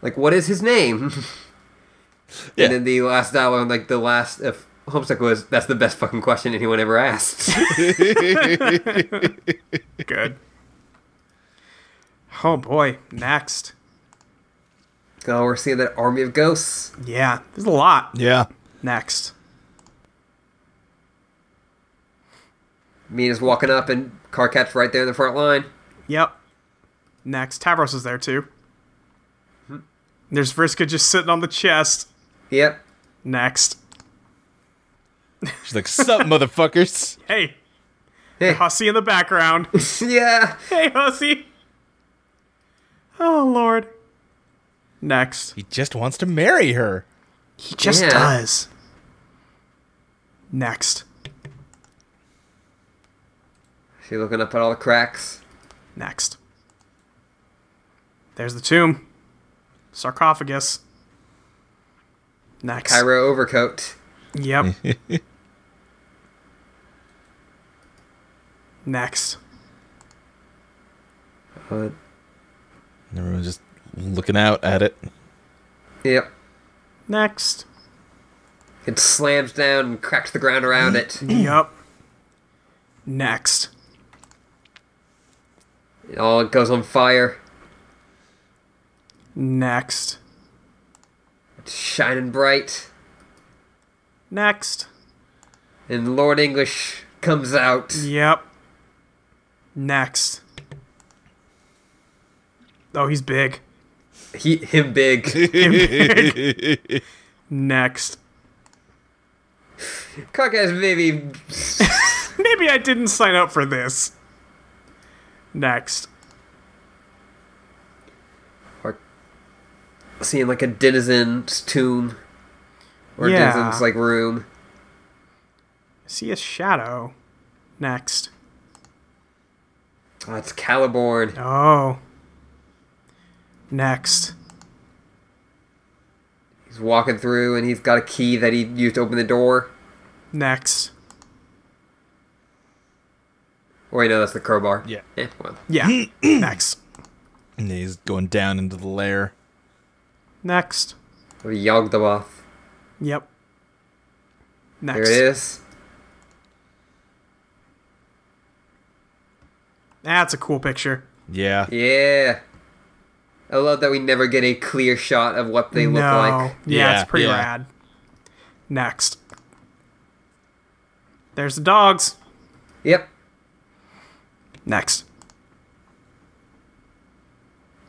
like, "What is his name?" Yeah. And then the last dialogue, like the last of Homesick, was, "That's the best fucking question anyone ever asked." good. Oh boy. Next. oh, we're seeing that army of ghosts. Yeah. There's a lot. Yeah. Next. Mina's walking up, and Carcat's right there in the front line. Yep. Next. Tavros is there too. There's Vriska just sitting on the chest. Yep. Next. She's like, "Sup, motherfuckers." Hey. Hey. Hussy in the background. yeah. hey, Hussy. Oh, Lord. Next. He just wants to marry her. He just Yeah. does. Next. She's looking up at all the cracks. Next. There's the tomb. Sarcophagus. Next. Cairo overcoat. Yep. Next. Uh, And everyone's just looking out at it. yep. Next. It slams down and cracks the ground around it. Yep. Next. It all goes on fire. Next. It's shining bright. Next. And Lord English comes out. Yep. Next. Oh, he's big. He, him big. Next. Carcat's baby. Maybe I didn't sign up for this. Next. Or seeing like a denizen's tomb. Or Yeah. denizen's like room. See a shadow. Next. Oh, it's Caliborn. Oh. Next. He's walking through and he's got a key that he used to open the door. Next. Or Oh, wait, no, that's the crowbar. Yeah. Eh, well. Yeah. Next. And he's going down into the lair. Next. Yogdabath. Yep. Next. There it is. That's a cool picture. Yeah. Yeah. I love that we never get a clear shot of what they no. look like. Yeah, Yeah, it's pretty yeah. rad. Next. There's the dogs. Yep. Next.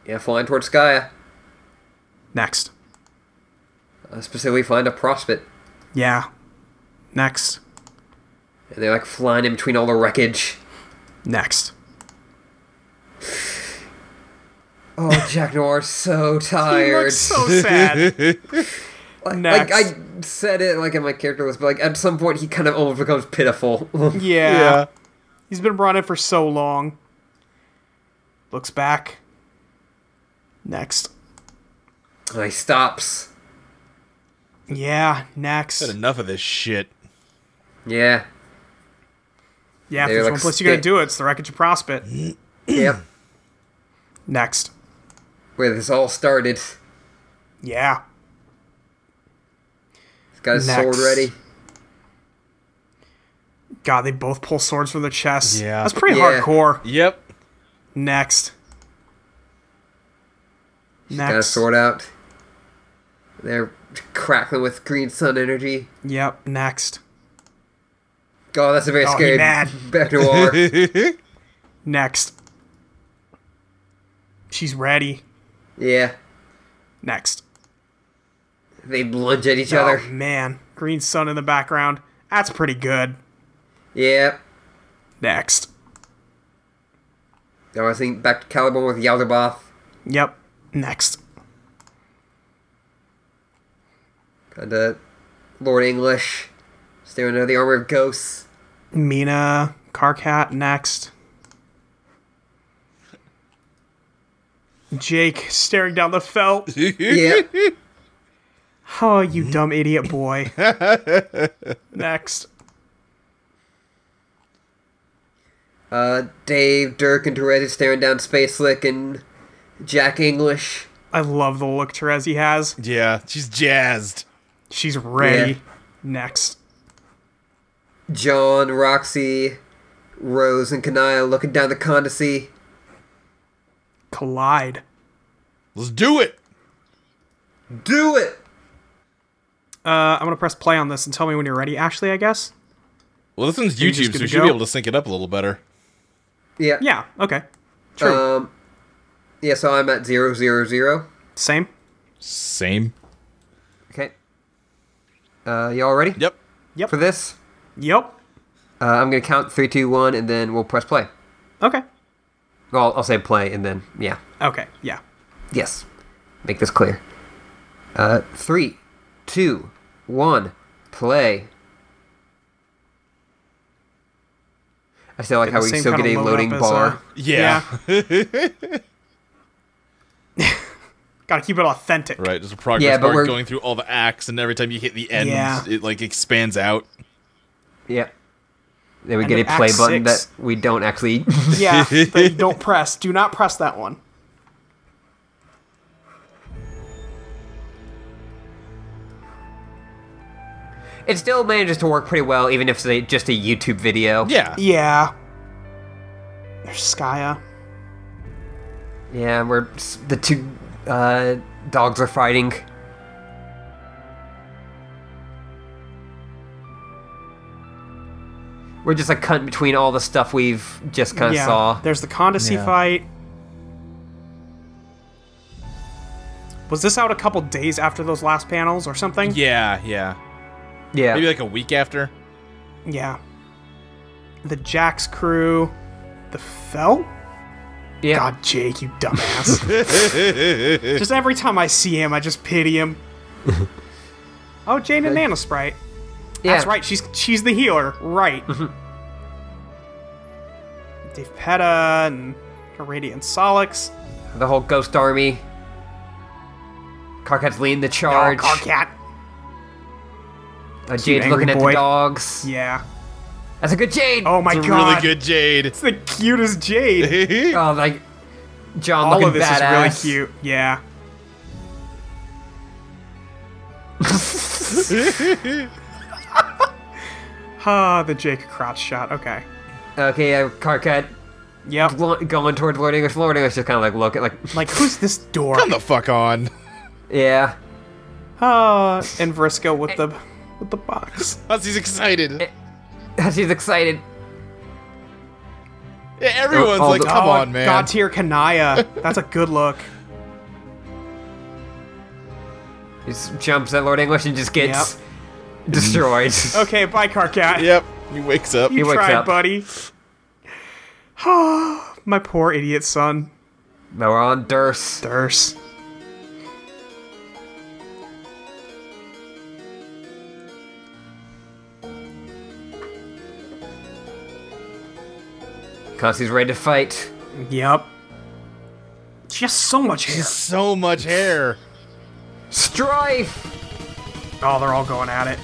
Yeah, flying towards Gaia. Next. Uh, specifically flying to Prospect. Yeah. Next. And they're like flying in between all the wreckage. Next. Oh, Jack Noir's so He tired. looks so sad. like, like, Next. I said it like in my character list, but like at some point he kind of almost becomes pitiful. yeah. He's been running for so long. Looks back. Next. And he stops. Yeah. Next. Had enough of this shit. Yeah. Yeah. They're If there's like one place you gotta stick- do it, it's the wreckage of Prospect. yep. Next. Where this all started. Yeah. He's got his sword Next. ready. God, they both pull swords from their chests. Yeah. That's pretty Yeah. hardcore. Yep. Next. Got his Next. sword out. They're crackling with green sun energy. Yep. Next. God, that's a very Oh, he scary mad. Beck Noir. Next. She's ready. yeah. Next. They lunge at each other. Oh man, green sun in the background. That's pretty good. Yeah. Next. Now I think back to Caliban with Yaldabaoth. Yep. Next. Kinda Lord English. Staring at the armor of ghosts. Mina, Carcat next. Jake staring down the felt. Yeah. Oh, you dumb idiot boy. next. Uh, Dave, Dirk, and Therese staring down Space Slick and Jack English. I love the look Terezi has. Yeah, she's jazzed. She's ready. Yeah. Next. John, Roxy, Rose, and Kanaya looking down the Condesy. Collide. Let's do it. Do it! Uh, I'm gonna press play on this and tell me when you're ready, Ashley, I guess. Well, this one's you just YouTube, so gonna we should go? be able to sync it up a little better. Yeah. Yeah, okay. True. Um, yeah, so I'm at zero zero zero. Same. Same. Okay. Uh, y'all ready Yep. for this? Yep. Uh, I'm gonna count three, two, one, and then we'll press play. Okay. Well, I'll say play, and then yeah, Okay, yeah. yes. Make this clear. Uh, three, two, one, play. I still like how we Same still get kinda a load loading up as, bar. uh, Yeah. Gotta keep it authentic. Right, there's a progress Yeah, but bar we're- going through all the acts, and every time you hit the end, Yeah. it like expands out. Yeah. Then we And get a then play Act button six. that we don't actually. Yeah, that you don't press. Do not press that one. it still manages to work pretty well, even if it's a, just a YouTube video. Yeah. Yeah. There's Skya. Yeah, where s- the two uh, dogs are fighting. We're just like cutting between all the stuff we've just kind of yeah. saw. There's the Condesi fight. Was this out a couple days after those last panels or something? Yeah, yeah. Yeah, Maybe like a week after. Yeah. The Jax crew. The Felt? yeah. God, Jake, you dumbass. just every time I see him, I just pity him. oh, Jane and Nana Sprite. yeah. That's right. She's she's the healer, right? Mm-hmm. Dave Petta and Irradiant Solix. The whole ghost army. Carcat's leading the charge. Oh, Carcat. uh, Jade's angry looking at the boy. dogs. Yeah. That's a good Jade. Oh my It's a god. really good Jade. It's the cutest Jade. Oh, like John All looking of this badass. is really cute. Yeah. Ah, the Jake crotch shot. Okay. Okay, yeah, Carcat Yep. bl- going towards Lord English. Lord English just kind of like look at like, Like, who's this dork? Come the fuck on. yeah. Ah, and Vriska with the with the box. He's excited. She's excited. Yeah, everyone's all like, the- come oh, on, man. God tier Kanaya. That's a good look. He just jumps at Lord English and just gets destroyed. Okay, bye, Carcat. yep. He wakes up. You He wakes tried, up. buddy. My poor idiot son. Now we're on Durst. Durse. Constie's ready to fight. Yep. Just so much hair. So much hair. Strife! Oh, they're all going at it.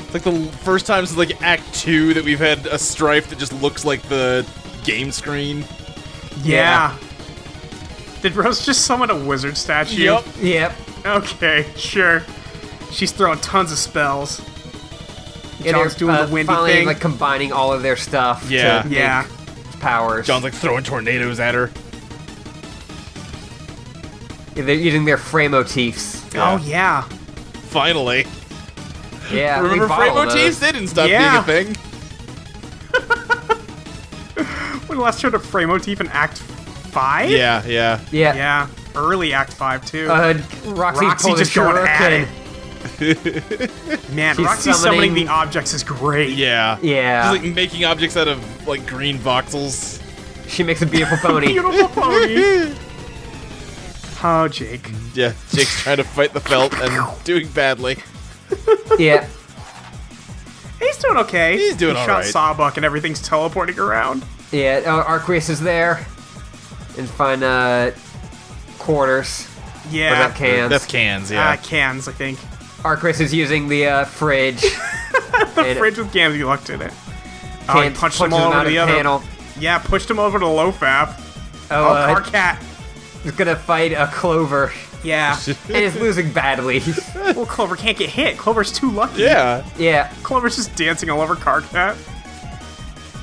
It's like the first time since like Act Two that we've had a strife that just looks like the game screen. Yeah. Did Rose just summon a wizard statue? Yep. Yep. Okay, sure. She's throwing tons of spells. Yeah, John's they're, doing uh, the windy finally, thing. like combining all of their stuff Yeah. to yeah. make powers. John's like throwing tornadoes at her. Yeah, they're using their frame motifs. Oh yeah. Finally. Yeah, we Remember frame follow motifs? those. They didn't stop Yeah. being a thing. We last heard of Frame Motif in Act Five. Yeah, yeah. Yeah. Yeah. Early Act Five too. Uh, Roxy, Roxy pulled a just going at shuriken. it. Man, she's Roxy summoning... summoning- the objects is great. Yeah. Yeah. She's like making objects out of like green voxels. She makes a beautiful pony. Beautiful pony. oh, Jake. Yeah, Jake's trying to fight the felt and doing badly. yeah. He's doing okay. He's doing he all shot right. Sawbuck and everything's teleporting around. Yeah, uh, Arqueous is there. And find uh, quarters. Or Yeah. not cans. That's cans, yeah. Uh, cans, I think. Arqueous is using the uh, fridge. The And- fridge with cans, you lucked in it. Oh, he punched them all over the other. Yeah, pushed him over to Lofaf. Oh, Oh, uh, car cat. he's gonna fight a Clover. Yeah. and is losing badly. well, Clover can't get hit. Clover's too lucky. yeah. yeah. Clover's just dancing all over car cat.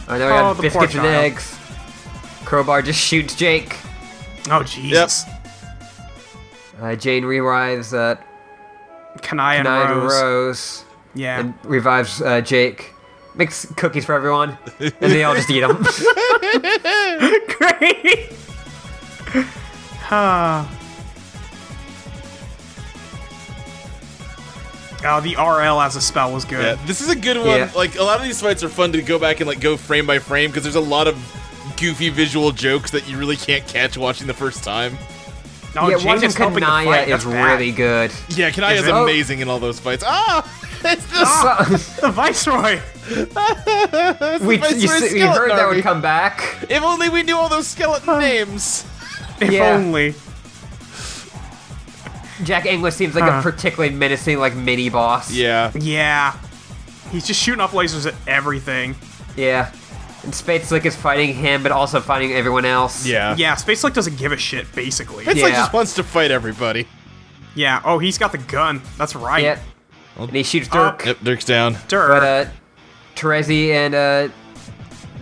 Oh, now we got Oh, the poor biscuits and child. eggs. Crowbar just shoots Jake. Oh, Jesus. Uh, Jane revives uh, Kanai and Nine Rose, Rose. Yeah. and revives uh, Jake. Makes cookies for everyone, and they all just eat them. Great. Huh. oh, the RL as a spell was good. Yeah, this is a good one. Yeah. Like a lot of these fights are fun to go back and like go frame by frame because there's a lot of goofy visual jokes that you really can't catch watching the first time. Oh, yeah, Jane watching is helping the Kanaya fight. is That's bad. really good. Yeah, Kanai is it- oh. amazing in all those fights. Ah, it's the The Viceroy. we, Viceroy you, s- we skeleton heard that army. would come back. If only we knew all those skeleton names. If Yeah. only. Jack English seems like Huh. a particularly menacing, like mini boss. Yeah. Yeah. He's just shooting off lasers at everything. yeah. And Spade Slick is fighting him, but also fighting everyone else. Yeah. Yeah, Space Lake doesn't give a shit, basically. It's like Yeah. just wants to fight everybody. Yeah. Oh, he's got the gun. That's right. Yeah. And he shoots Dirk. Yep, Dirk's down. Durr. But uh, Terezi and uh,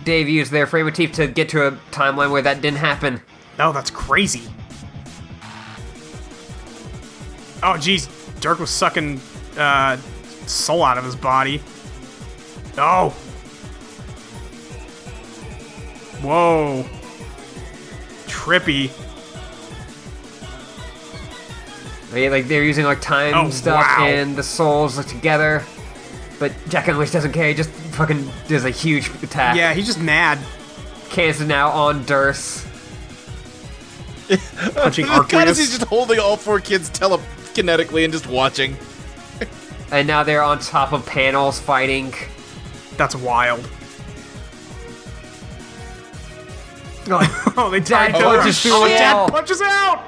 Dave used their frame of teeth to get to a timeline where that didn't happen. no, that's crazy. Oh, jeez. Dirk was sucking uh, soul out of his body. Oh. Whoa. Trippy. They- like they're using like time Oh, stuff wow. and the souls like, together. But Jack English doesn't care. He just fucking does a huge attack. Yeah, he's just mad. Kansas now on Durst. Punching God, is he Arcus. just holding all four kids telekinetically and just watching? and now they're on top of panels fighting. That's wild. Oh, Oh, they Dad tied each other. punches through Oh, the wall. Dad punches out.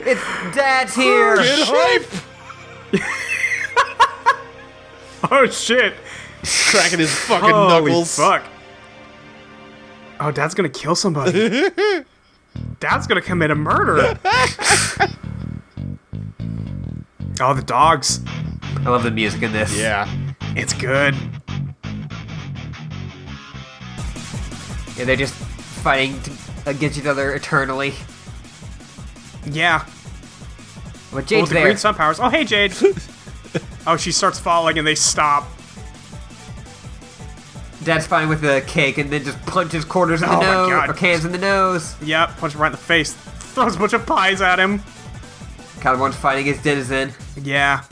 it's Dad's here. Get hype! Oh shit. Cracking his fucking Holy knuckles. fuck. Oh, dad's gonna kill somebody. dad's gonna commit a murder. oh, the dogs. I love the music in this. Yeah. It's good. Yeah, they're just fighting to, against each other eternally. Yeah. But Well, Jade's with the there. green sun powers. Oh, hey, Jade. oh, she starts falling and they stop. Dad's fighting with the cake and then just punches quarters in the Oh my nose God. or cans in the nose. Yep, punch him right in the face. Throws a bunch of pies at him. Caliborn's fighting his denizen. Yeah.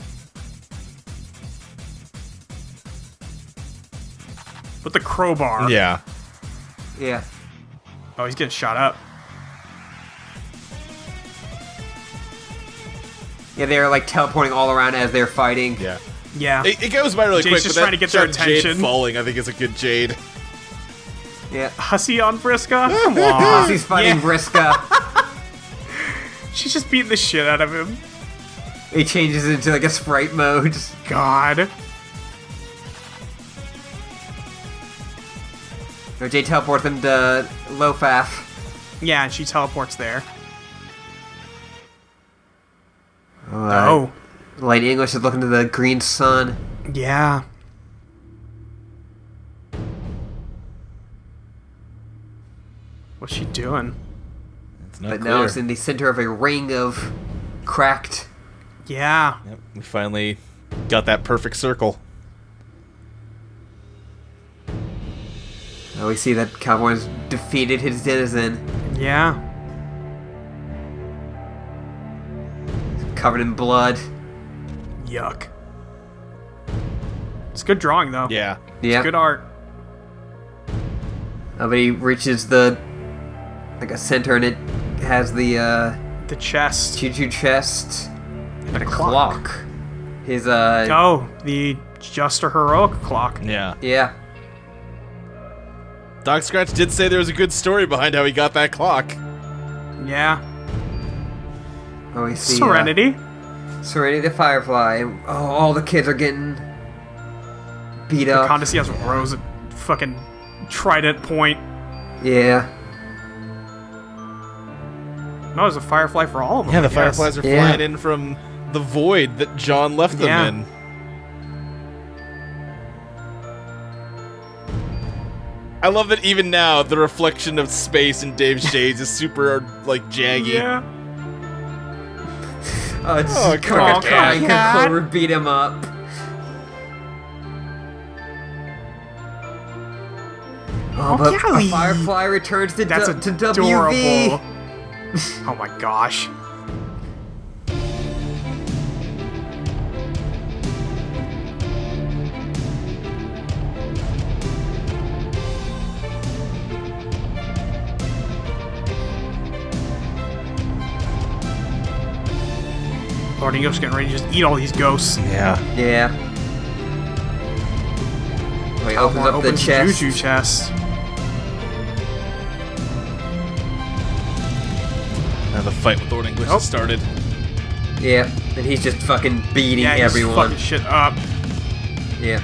With the crowbar. Yeah. Yeah. Oh, he's getting shot up. Yeah, they're like teleporting all around as they're fighting. Yeah. Yeah. It, it goes by really Jade's quick. just but that trying to get their shot of Jade attention. falling, I think, is a good Jade. Yeah. Hussy on Briska? Come on. He's fighting Yeah. Briska. She's just beating the shit out of him. he changes into like a sprite mode. God. So Jade teleports him to Lofaf. Yeah, and she teleports there. Uh, Oh. Light English is looking to the green sun. Yeah. What's she doing? It's not But now it's in the center of a ring of cracked. Yeah. Yep, we finally got that perfect circle. Now we see that Caliborn's defeated his denizen, Yeah. covered in blood. Yuck. It's good drawing, though. Yeah. Yeah. Good art. Uh, but he reaches the like a center and it has the uh The chest. choo choo chest The clock. His uh Oh, the just her heroic clock. Yeah. Yeah. Doc Scratch did say there was a good story behind how he got that clock. Yeah. Oh, we see. uh, Serenity. Serenity the Firefly. and- Oh, all the kids are getting beat up. Condacy has Rose at fucking trident point. yeah. No, there's a firefly for all of them. Yeah, I the guess. fireflies are Yeah. flying in from the void that John left them Yeah. in. I love that even now the reflection of space in Dave's shades is super like jaggy. Yeah. Oh, it's Oh, oh, come on, Clover Cat. Clover beat him up. Oh, but golly. a Firefly returns to, That's du- to adorable. WV. oh my gosh. Lord Ingo's getting ready to just eat all these ghosts. Yeah. Yeah. Oh, he opens More up the opens chest. Juju chest. Now Uh, the fight with Lord English Nope. has started. Yeah, and he's just fucking beating Yeah, he's everyone. fucking shit up. Yeah.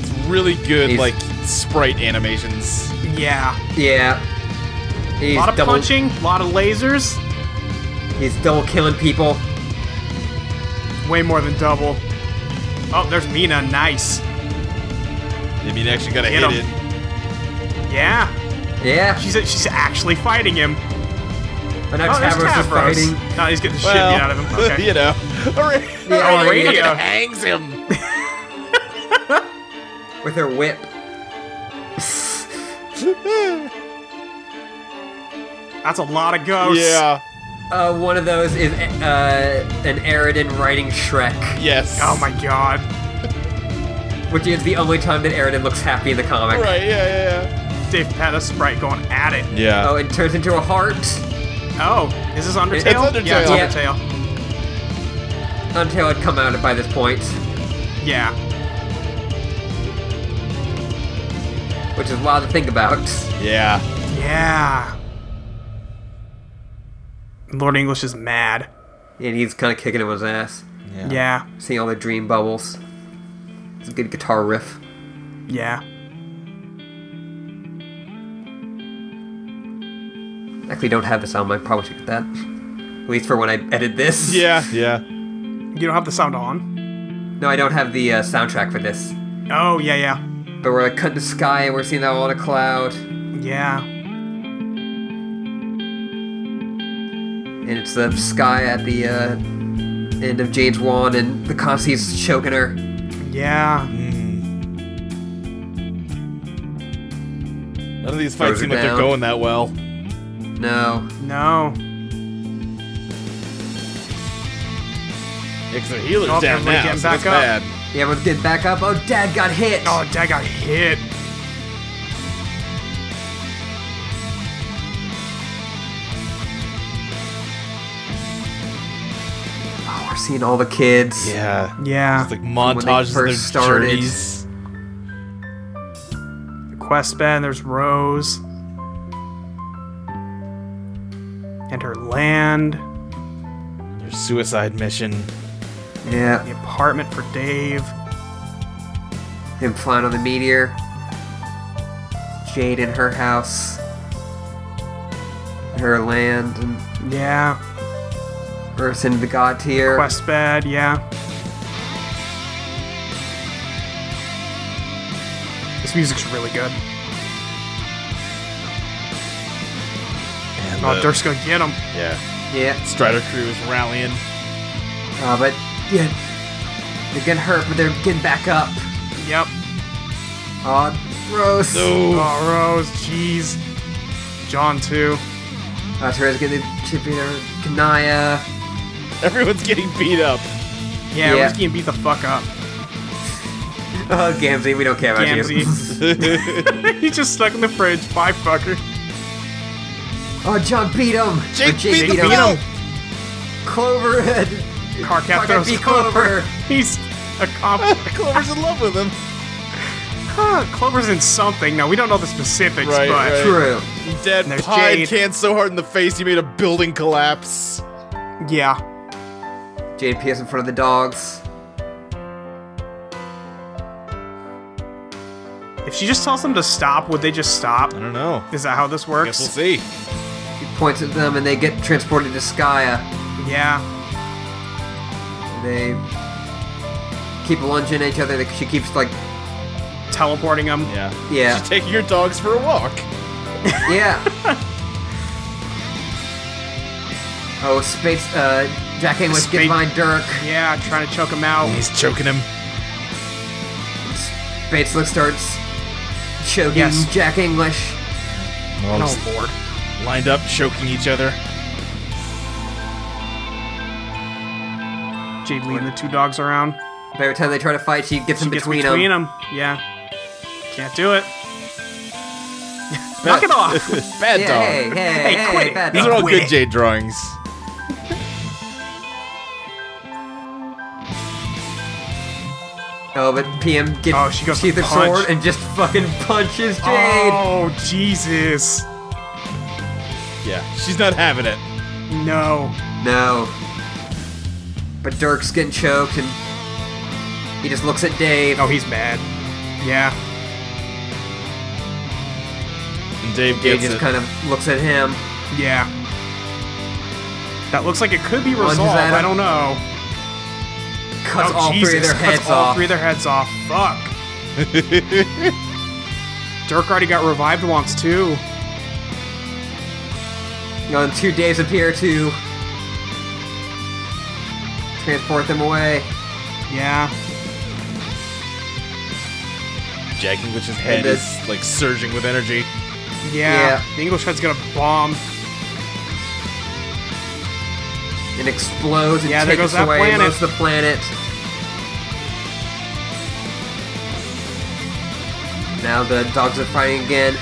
It's really good He's- like sprite animations. Yeah. Yeah. He's A lot of double, punching, a lot of lasers, He's double killing people. way more than double. Oh, there's Mina. Nice. I mean, you actually gotta Hit hit, him. it. Yeah. Yeah. She's she's actually fighting him. And now Oh, there's Tavros is Tavros. fighting. No, he's getting the Well, shit beat out of him. Okay. Oh, you know, Yeah, On and the they- radio. hangs him. With her whip. Oh, That's a lot of ghosts. yeah. Uh, one of those is uh, an Aridin writing Shrek, Yes. Oh my god. which is the only time that Aridin looks happy in the comic. Right. Yeah. Yeah. Dave Petta Sprite going at it. Yeah. yeah. Oh, it turns into a heart. Oh, is this Undertale? It's Yeah, it's Undertale. Undertale. Until it come out by this point, Yeah. which is wild to think about. Yeah. Yeah. Lord English is mad. And he's kind of kicking him his ass, Yeah. seeing all the dream bubbles. It's a good guitar riff. Yeah. Actually, don't have this album. I probably should get that. At least for when I edit this. Yeah. Yeah. You don't have the sound on. No, I don't have the uh, soundtrack for this. Oh yeah yeah. But we're like cutting the sky and we're seeing that all in a cloud. Yeah. and it's the sky at the uh, end of Jade's wand, and the Consi's choking her. Yeah. None of Throws these fights it seem like they're down. going that well. No, No. Because their healer's Nope, down everybody now. getting so back up. that's bad. yeah, everyone's getting back up. Oh, Dad got hit. Oh, Dad got hit. Oh, we're seeing all the kids. Yeah. Yeah. It's like montages of their first started. journeys. Quest Ben, there's Rose. And her land, Their suicide mission. yeah. the apartment for Dave. Him flying on the meteor. Jade in her house. Her land and Yeah. Earth into the God tier. Quest bed, yeah. This music's really good. And uh, Oh, the- Dirk's gonna get him. Yeah. Yeah. Strider crew is rallying. Uh, but yeah, they're getting hurt, but they're getting back up. Yep. Oh, gross. No. Oh, Rose, jeez. John, too. Uh, Therese getting the chip in her. Kanaya. Everyone's getting beat up. Yeah, Yeah. yeah. can beat the fuck up. Oh, Gamzee, we don't care about you. Gamzee. He's just stuck in the fridge. Bye, fucker. Oh, John beat him. Or Jake beat the beat him. Cloverhead. Carcat Fuck, I'd throws be Clover. Clover. He's a cop. Clover's in love with him. Huh, Clover's in something. Now, we don't know the specifics, Right, but right. True. Dad There's pied Jade. Can so hard in the face he made a building collapse. yeah. Jade Pierce in front of the dogs. If she just tells them to stop, would they just stop? I don't know. Is that how this works? Guess we'll see. He points at them and they get transported to Skya. Yeah. They keep lunging at each other. Like, She keeps like, Teleporting them. Yeah. yeah, She's taking your dogs for a walk. yeah. oh, space. Uh, Jack English Space- gets behind Dirk. Yeah, trying to choke him out. He's choking him. Spates looks starts choking Yes. Jack English. We're all Oh, just Lord. lined up, choking each other. Jade Lee and the two dogs around. But every time they try to fight, she gets She in gets between, between, them. them. Yeah. Can't do it. Knock it off. Bad Yeah, dog. hey, hey, hey, Hey, quit it. bad These dog. are all Quit good it. Jade drawings. Oh, but PM gets Oh, she goes sheathed for her punch. sword and just fucking punches Jade. Oh, Jesus. Yeah, she's not having it. No. No. But Dirk's getting choked and he just looks at Dave. Oh, he's mad. Yeah. And Dave Dave gets just it. kind of looks at him. Yeah. That looks like it could be Lunges resolved. at him. I don't know. Cuts oh, all Jesus. three of their Cuts heads all off. three of their heads off. Fuck. Dirk already got revived once too. On two Daves appear to transport them away. Yeah. Jack English's head this- is like surging with energy. Yeah. Yeah. The English head's gonna bomb. It explodes and Yeah, there takes goes that away planet. most of the planet. Now the dogs are fighting again.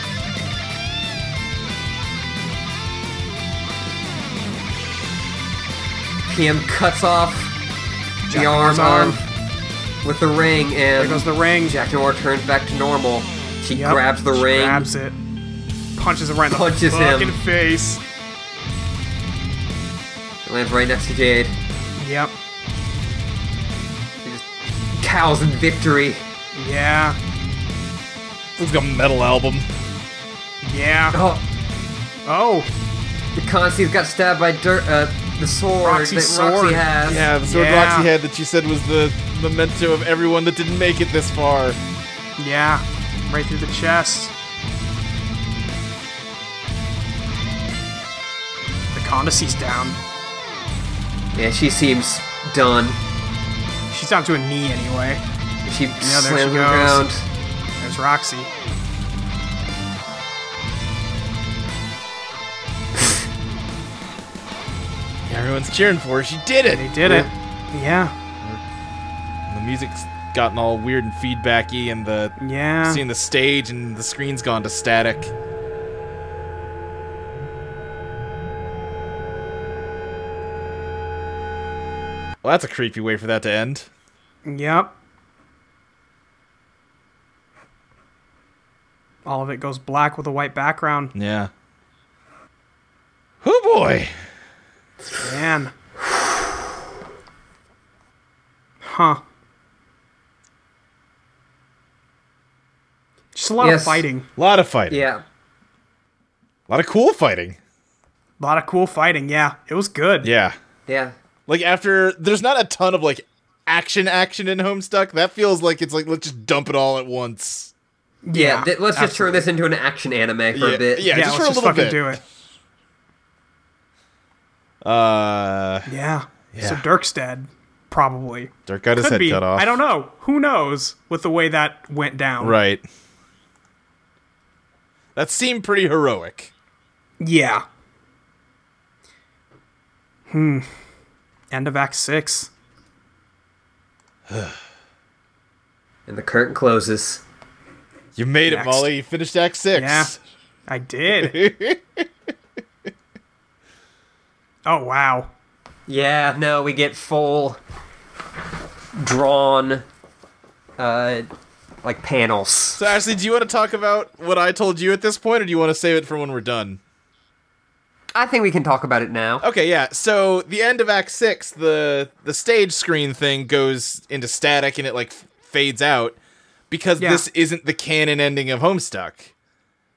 PM cuts off the arm, Jack's arm with the ring, There and goes the ring. Jack Noir turns back to normal. She Yep. grabs the She ring. Grabs it. Punches him right in Punches the him. fucking face. It lands right next to Jade. Yep. She just cows in victory. Yeah. It's like a metal album. Yeah. Oh, Oh. Constance got stabbed by dirt, uh, the sword Roxy's that Roxy sword. has. Yeah, the sword Yeah. Roxy had that you said was the memento of everyone that didn't make it this far. Yeah. Right through the chest. The Condice's down. Yeah, she seems done. She's down to a knee anyway. She there slams she on the goes. ground. There's Roxy. Everyone's cheering for her. She did it. They did it. Yeah. The music's gotten all weird and feedbacky, and the Yeah. seeing the stage and the screen's gone to static. Well, that's a creepy way for that to end. Yep. All of it goes black with a white background. Yeah. Oh boy. Man. Huh. Just a lot of Yes. fighting. A lot of fighting. Yeah. A lot of cool fighting. A lot of cool fighting. Yeah. It was good. Yeah. Yeah. Like after there's not a ton of like action action in Homestuck. That feels like it's like let's just dump it all at once. Yeah. th- let's just turn this into an action anime for Yeah, a bit. yeah. Yeah, just let's for a just little fucking bit. do it. Uh Yeah. So Yeah. Dirk's dead, probably. Dirk got his Could head be. cut off. I don't know. Who knows with the way that went down? Right. That seemed pretty heroic. Yeah. Hmm. End of Act Six. And the curtain closes. You made Next. it, Molly. You finished Act Six. Yeah, I did. oh wow, Yeah, no, we get full drawn uh like panels. So Ashley, do you want to talk about what I told you at this point, or do you want to save it for when we're done? I think we can talk about it now. Okay, yeah. So the end of Act Six, the the stage screen thing goes into static and it like f- fades out because Yeah. this isn't the canon ending of Homestuck.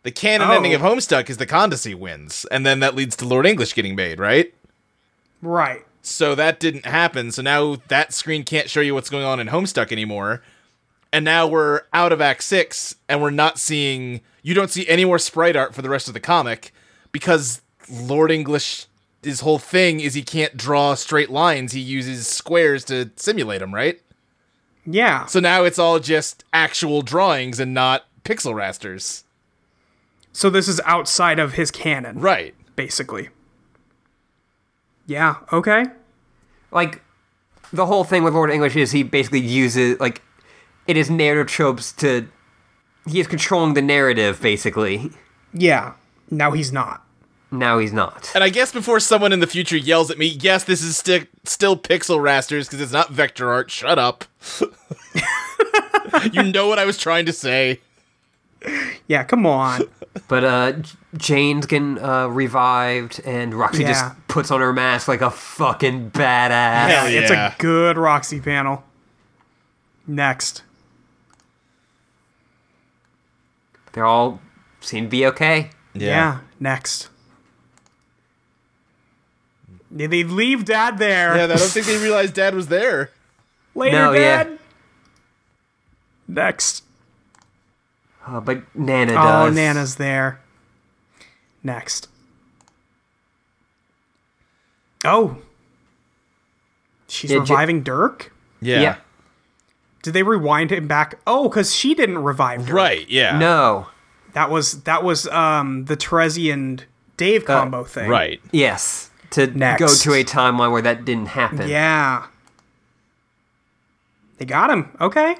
The canon Oh. ending of Homestuck is the Condesi wins, and then that leads to Lord English getting made, right? Right. So that didn't happen. So now that screen can't show you what's going on in Homestuck anymore. And now we're out of Act 6 and we're not seeing you don't see any more sprite art for the rest of the comic because Lord English his whole thing is he can't draw straight lines. He uses squares to simulate them, right? Yeah. So now it's all just actual drawings and not pixel rasters. So this is outside of his canon, Right. basically. Yeah, okay. Like the whole thing with Lord English is he basically uses like it is narrative tropes to he is controlling the narrative basically. Yeah. Now he's not. Now he's not. And I guess before someone in the future yells at me, yes, this is sti- still pixel rasters because it's not vector art. Shut up. you know what I was trying to say. Yeah, come on. But uh, J- Jane's getting uh, revived, and Roxy Yeah. just puts on her mask like a fucking badass. Hell It's yeah. a good Roxy panel. Next. They all seem to be okay. Yeah. next. They they leave dad there. Yeah, I don't think they realized Dad was there. Later, No, yeah. dad. Next. Uh, but Nana Oh, does. Nana's there. Next. Oh. She's Yeah, J- reviving Dirk? Yeah. Did they rewind him back? Oh, because she didn't revive Dirk. Right, yeah. No. That was that was um the Terezi and Dave combo thing. Right. Yes. To go Next. to a timeline where that didn't happen. Yeah. They got him. Okay.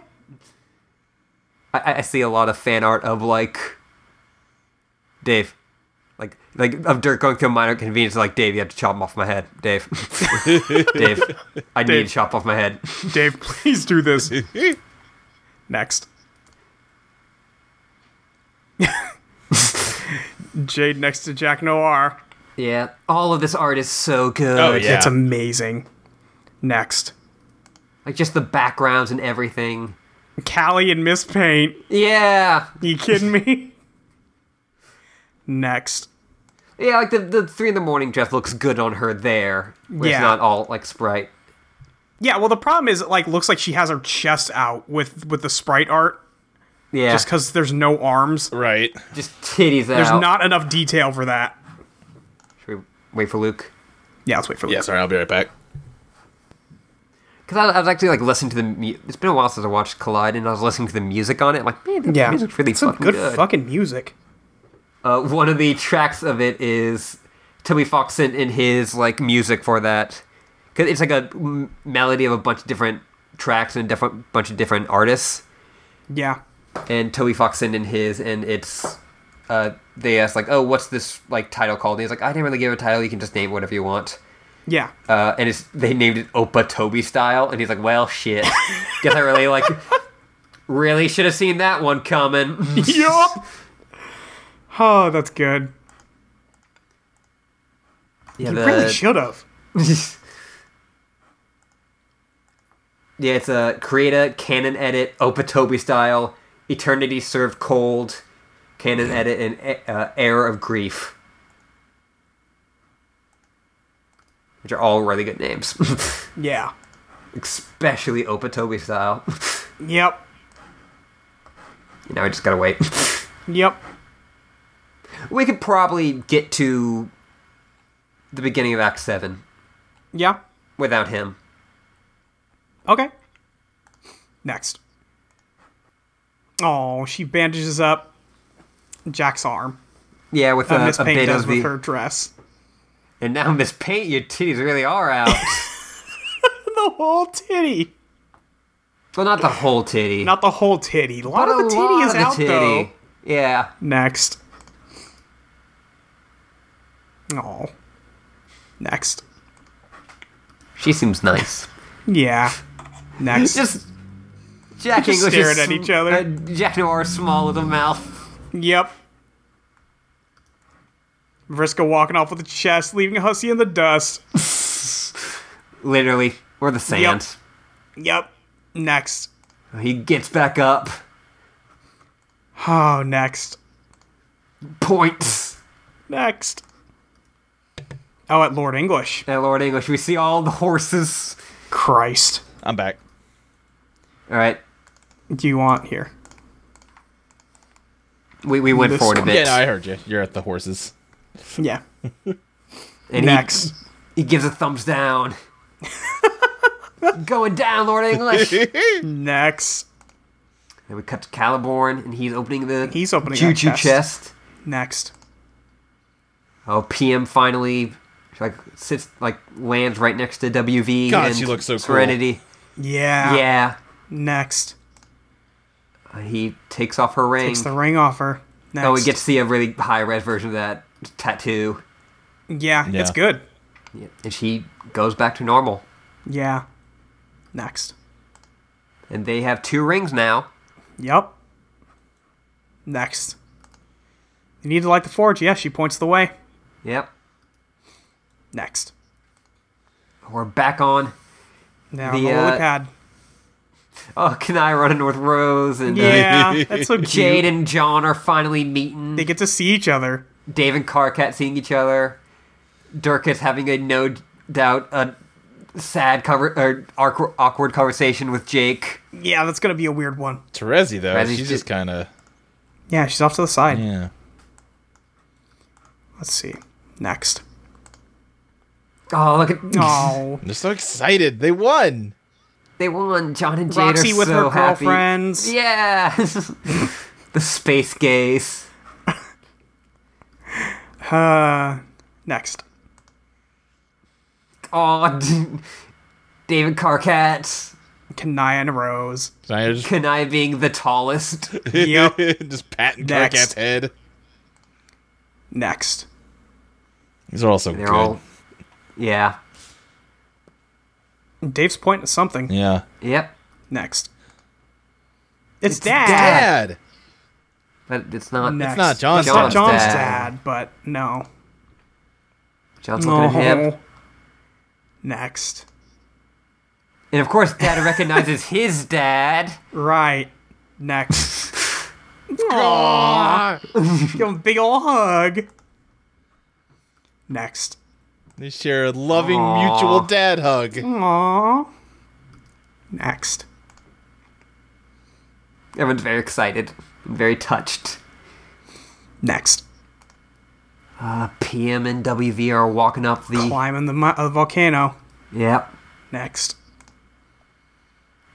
I, I see a lot of fan art of like Dave, like like of Dirk going through a minor convenience. Like Dave, you have to chop him off my head. Dave, Dave, I need to chop off my head. Dave, please do this. Next. Jade next to Jack Noir. Yeah. All of this art is so good. Oh, yeah. It's amazing. Next. Like just the backgrounds and everything. Callie and Miss Paint. Yeah. You kidding me? Next. Yeah, like the, the three in the morning dress looks good on her there. Where Yeah. It's not all like sprite. Yeah, well the problem is it like looks like she has her chest out with with the sprite art Yeah. Just, just cuz there's no arms. Right. titties out. There's not enough detail for that. Should we wait for Luke? Yeah, let's wait for Yeah, sorry, I'll be right back. Because I, I was actually like listening to the. Mu- it's been a while since I watched Collide, and I was listening to the music on it. Like, man, the Yeah. music's really Some fucking good, good. fucking music. Uh, one of the tracks of it is Toby Fox sent in his like music for that. Cause it's like a mm, melody of a bunch of different tracks and a different bunch of different artists. Yeah. and Toby Fox sent in his, and it's uh, they asked like, "Oh, what's this like title called?" And he's like, "I didn't really give it a title. You can just name it whatever you want." Yeah. Uh, and it's they named it Opa Toby style, and he's like, "Well, shit, guess I really like really should have seen that one coming." yup. Oh, that's good. yeah, You the- really should have. yeah, it's a create a canon edit Opa Toby style. Eternity served cold, canon edit and uh, air of grief. Which are all really good names, Yeah. especially Opa Toby style. Yep. now I just gotta wait. Yep. we could probably get to the beginning of Act Seven Yeah. without him. Okay. Next. Oh, she bandages up Jack's arm. Yeah, with Uh, a, Miss a Payne bit does of with the her dress. and now Miss Paint, your titties really are out. The whole titty. well, not the whole titty. Not the whole titty. A lot But of the titty lot is of the out though. Yeah. Next. Oh. Next. She seems nice. Yeah. Next. Just Jack Just English staring is at sm- each other. Uh, Jack Noir's small little mouth. yep. Vriska walking off with a chest, leaving Hussy in the dust. Literally, or the sand. Yep. Next. He gets back up. Oh, next. Points Next. Oh, at Lord English. at Lord English. We see all the horses. Christ. I'm back. All right, Do you want here? we, we went This forward a one. bit. Yeah, no, I heard you. You're at the horses. Yeah. and he, Next. he gives a thumbs down. Going down, Lord English. and Next. we cut to Caliborn, and he's opening the He's opening that choo-choo chest. chest. Next. Oh, PM finally like sits like lands right next to WV God, and she looks so cool. Serenity. Yeah. Yeah, Next. he takes off her ring. Takes the ring off her. Next. oh, we get to see a really high res version of that tattoo, Yeah, Yeah. it's good. Yeah, and she goes back to normal. Yeah. Next. And they have two rings now. Yep. Next. You need to light the forge. Yeah, she points the way. Yep, Next. we're back on. Now The, the, the lily uh, pad. Oh, can I run North Rose and uh, Yeah, that's so cute. Jade and John are finally meeting. They get to see each other. Dave and Carcat seeing each other. Dirk is having a no doubt a sad cover or awkward awkward conversation with Jake. Yeah, that's gonna be a weird one. Terezi though, Terezi's she's ju- just kind of Yeah, she's off to the side. yeah. Let's see. Next. Oh, look at Oh, They're so excited. They won. they won. John and Jade Roxy are with so her happy. girlfriends. Yeah, the space gaze. Next. Oh, dude. David Carcat. Kanaya and Rose. Can I just, Can I being the tallest? Yep. just patting Next. Carcat's head? Next. These are also They're good. all. Yeah. Dave's pointing at something. Yeah. Yep. Next. It's, Dad. dad. Dad. But it's not. Next. It's not John's. It's not John's dad. John's dad. dad. but no. John's No. looking at him. Next. And of course, Dad recognizes his dad. Right. Next. Aw. Give him a big ol' hug. Next. They share a loving mutual dad hug. Mm, Aww. Next. Everyone's very excited, and very touched. Next. PM and WV are walking up the. Climbing the mu- uh, volcano. Yep. Next.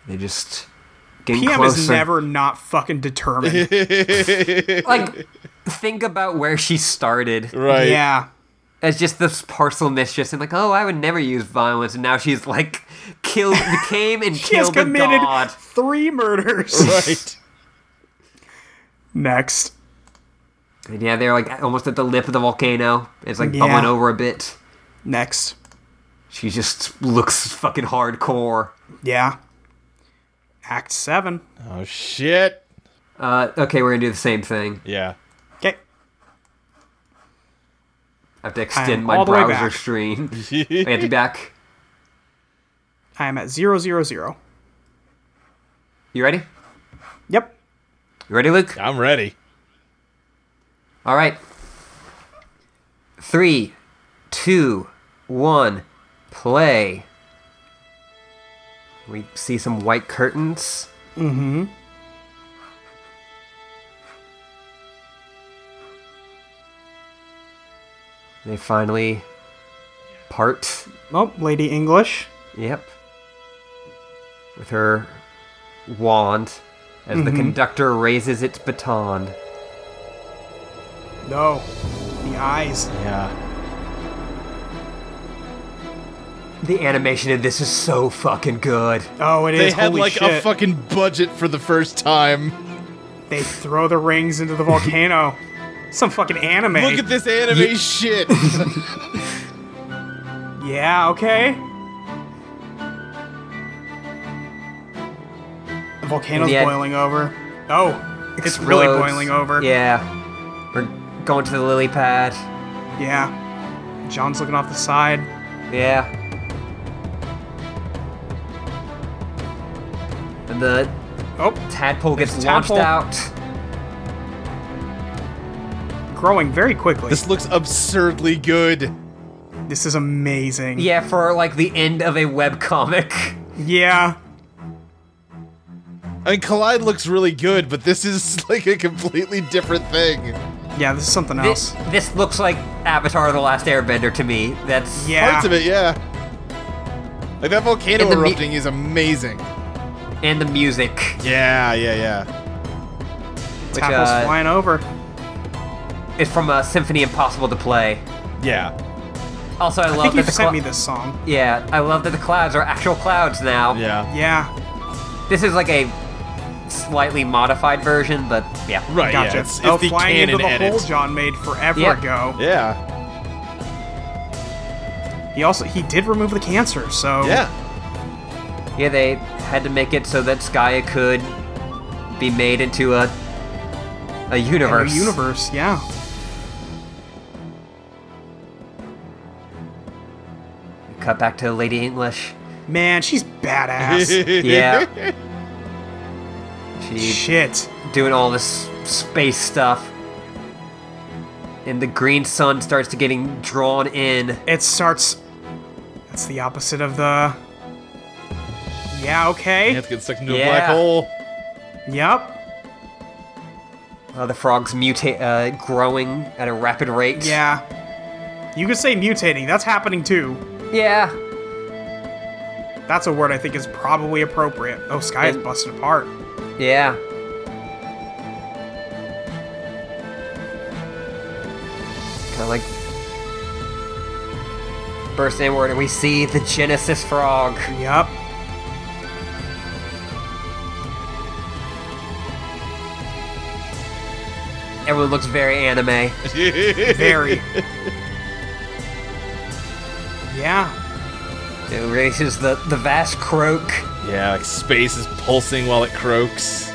They just getting PM closer. is never not fucking determined. like think about where she started Right. yeah. as just this parcel mistress and like oh i would never use violence and now she's like killed came and She has killed the committed god three murders. Right. Next. and yeah they're like almost at the lip of the volcano it's like Yeah. bubbling over a bit Next. she just looks fucking hardcore Yeah. Act 7. Oh shit. uh, okay we're gonna do the same thing Yeah. Okay. i have to extend am my all the way browser back. stream i have to be back I am at zero zero zero. you ready Yep. you ready luke I'm ready. all right three two one play we see some white curtains Mm-hmm. mm-hmm they finally part Oh, Lady English. yep with her wand as the conductor raises its baton No. The eyes. Yeah. the animation in this is so fucking good Oh, it is. They had Holy like shit. a fucking budget for the first time. they throw the rings into the volcano. Some fucking anime. Look at this anime shit. yeah, okay. volcano's Yeah. boiling over. Oh, it's really Explodes. boiling over. Yeah. We're going to the lily pad. Yeah. John's looking off the side. Yeah. And the Oh, tadpole gets There's a launched tadpole. out. growing very quickly. This, This looks absurdly good. is amazing. Yeah, for like the end of a webcomic. Yeah. I mean, Collide looks really good, but this is like a completely different thing. Yeah, this is something This else. this looks like Avatar: The Last Airbender to me. That's yeah. Parts of it, yeah. Like that volcano And the me- erupting is amazing. and the music. Yeah, yeah, yeah. Which Tackles uh, flying over. is from uh, Symphony Impossible to Play. Yeah. Also, I love I think that you the sent clou- me this song. yeah, I love that the clouds are actual clouds now. Yeah. Yeah. This is like a slightly modified version, but yeah. Right, Gotcha. yeah. It's, it's oh, the flying canon into the edit. hole John made forever Yeah. ago. Yeah. He also he did remove the cancer, so Yeah. Yeah, they had to make it so that Skya could be made into a a in the universe. universe, yeah. Cut back to Lady English. Man, she's badass. Yeah. She Shit. doing all this space stuff. And the green sun starts to getting drawn in. It starts That's the opposite of the Yeah, okay. You have to get sucked into Yeah. a black hole. Yep. Uh, the frogs mutate, uh, growing at a rapid rate. Yeah. You could say mutating. That's happening too. Yeah. That's a word I think is probably appropriate. Oh, sky is And- busted apart. Yeah. Kind of like burst inward, and we see the Genesis frog. Yep. Everyone looks very anime. Very. yeah. Uh, It releases the the vast croak. Yeah, like space is pulsing while it croaks.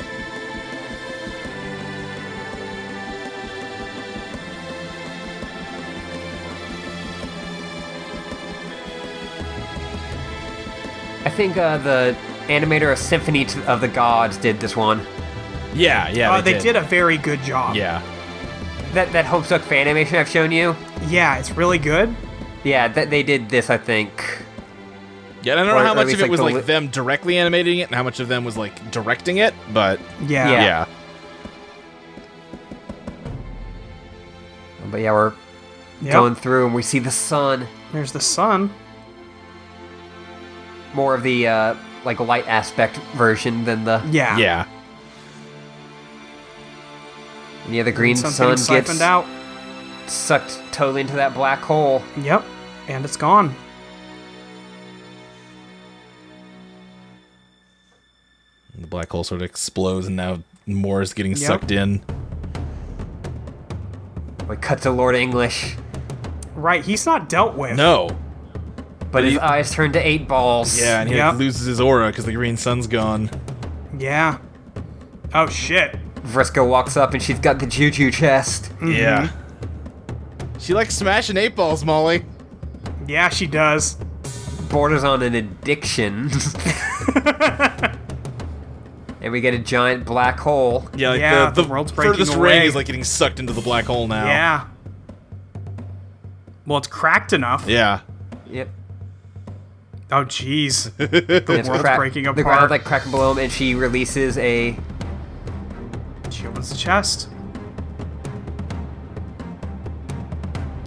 I think uh, the animator of Symphony t- of the Gods did this one. Yeah, yeah. Uh, they, did. a very good job. Yeah. That that Homestuck fan animation I've shown you. Yeah, it's really good. Yeah, that they did this. I think. Yeah, and I don't Or know how at much least, of it like, was the like li- them directly animating it and how much of them was like directing it, but Yeah. Yeah. yeah. But yeah, we're Yep. going through, and we see the sun. There's the sun. More of the uh, like light aspect version than the Yeah. Yeah. And yeah, the green sun Something siphoned gets out. sucked totally into that black hole. Yep. And it's gone. And The black hole sort of explodes and now more is getting Yep. sucked in. We cut to Lord English, Right. He's not dealt with. No. but his he- eyes turn to eight balls. Yeah, and he Yep. like, loses his aura because the green sun's gone. Yeah. Oh shit. Vriska walks up and she's got the juju chest. Mm. Yeah. She likes smashing eight balls, Molly. Yeah, she does. Borders on an addiction. and we get a giant black hole. Yeah, like Yeah, the, the world's breaking furthest ring away. is like getting sucked into the black hole now. Yeah. Well, it's cracked enough. Yeah. Yep. Oh jeez. The world's breaking The apart. ground like cracking below him, and she releases a She opens the chest.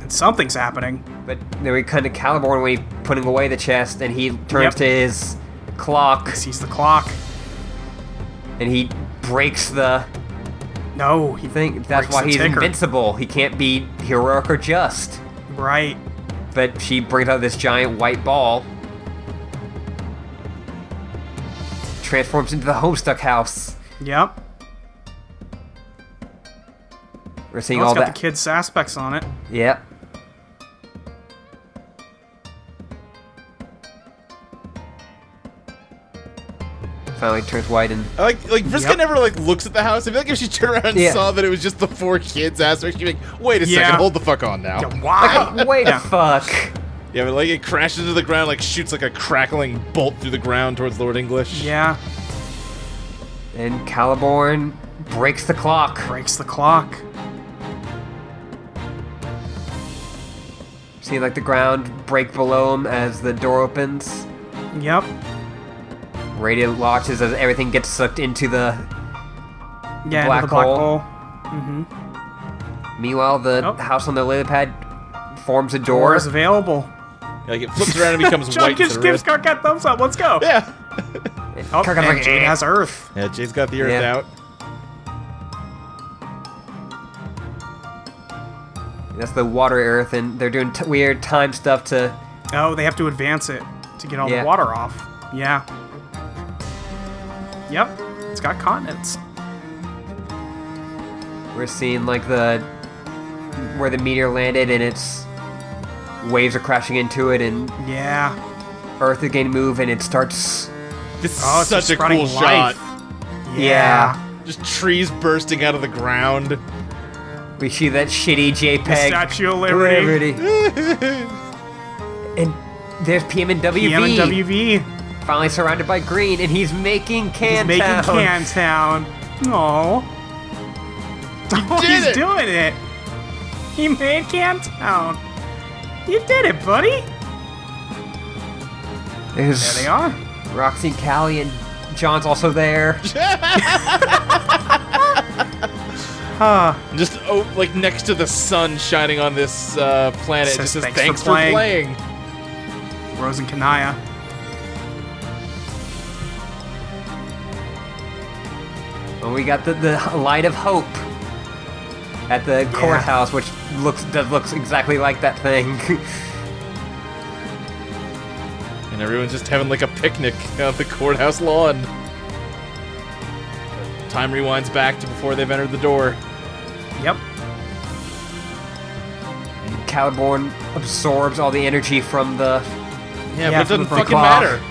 And something's happening. But then we kind of Caliborn when he's putting away the chest, and he turns Yep. to his clock Sees the clock. and he breaks the No, he thing. That's Breaks why the he's ticker. invincible. He can't be heroic or just. right. But she brings out this giant white ball, transforms into the Homestuck house. Yep. We're seeing Oh, it's all got that. the kids' aspects on it. Yep. finally turns white and I Like, like Vriska never like looks at the house. I feel like if she turned around and Yeah. saw that it was just the four kids aspect, she'd be like, "Wait a Yeah. second, hold the fuck on now." Yeah, Why? wait, fuck. Yeah, but like it crashes into the ground, like shoots like a crackling bolt through the ground towards Lord English. yeah, And Caliborn breaks the clock. breaks the clock. See like the ground break below him as the door opens. Yep. Radio launches as everything gets sucked into the. Yeah, Black into the black hole. hole. Meanwhile, the Nope. house on the lily pad forms a Or door. is available. Like it flips around and becomes John white. to just the gives rest. Karkat thumbs up. Let's go. Yeah. Oh, Karkat's and like, Jade "Eh." has Earth. Yeah, Jay's got the earth Yeah. out. That's the water earth, and they're doing t- weird time stuff to. Oh, they have to advance it to get all Yeah. the water off. Yeah. Yep. It's got continents. We're seeing like the where the meteor landed, and its waves are crashing into it, and Yeah. Earth is going to move, and it starts. This is Oh, it's such just a spreading cool life. shot. Yeah. Just trees bursting out of the ground. We see that shitty The JPEG. Statue of Liberty. and there's PM and WV PM and WV. finally surrounded by green, and he's making He's can making town. Cantown. Aw. Oh, did he's it. doing it. He made Cantown. You did it, buddy. There's There they are. Roxy and Callie, and John's also there. Huh. Just oh, like next to the sun shining on this uh, planet. Says, It just says, "Thanks thanks, for for playing." playing. Rose and Kanaya. And we got the, the light of hope at the courthouse, which looks does looks exactly like that thing. And everyone's just having like a picnic on the courthouse lawn. Time rewinds back to before they've entered the door. Yep. Caliborn absorbs all the energy from the Yeah, Yeah, but from it doesn't the fucking clock. matter.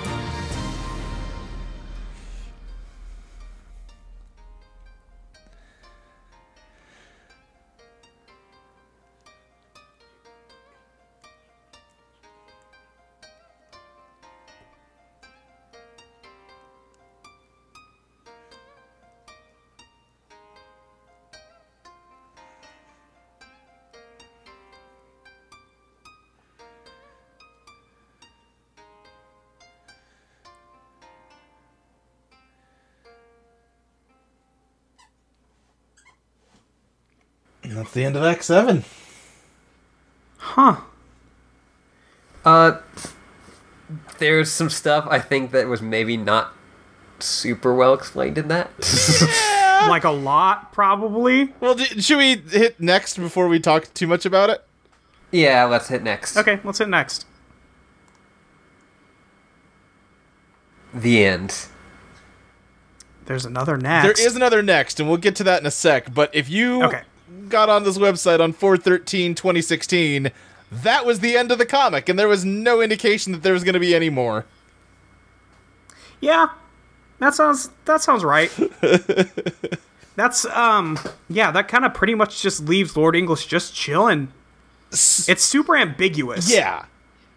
That's the end of Act 7. Huh. Uh, there's some stuff I think that was maybe not super well explained in that. Ah. Like a lot, probably. Well, d- should we hit next before we talk too much about it? yeah, let's hit next. Okay, let's hit next. The end. There's another next. There is another next, and we'll get to that in a sec. But if you Okay. got on this website on 413 2016, that was the end of the comic, and there was no indication that there was going to be any more. Yeah. That sounds that sounds right. That's um yeah, that kind of pretty much just leaves Lord English just chilling. It's super ambiguous. Yeah.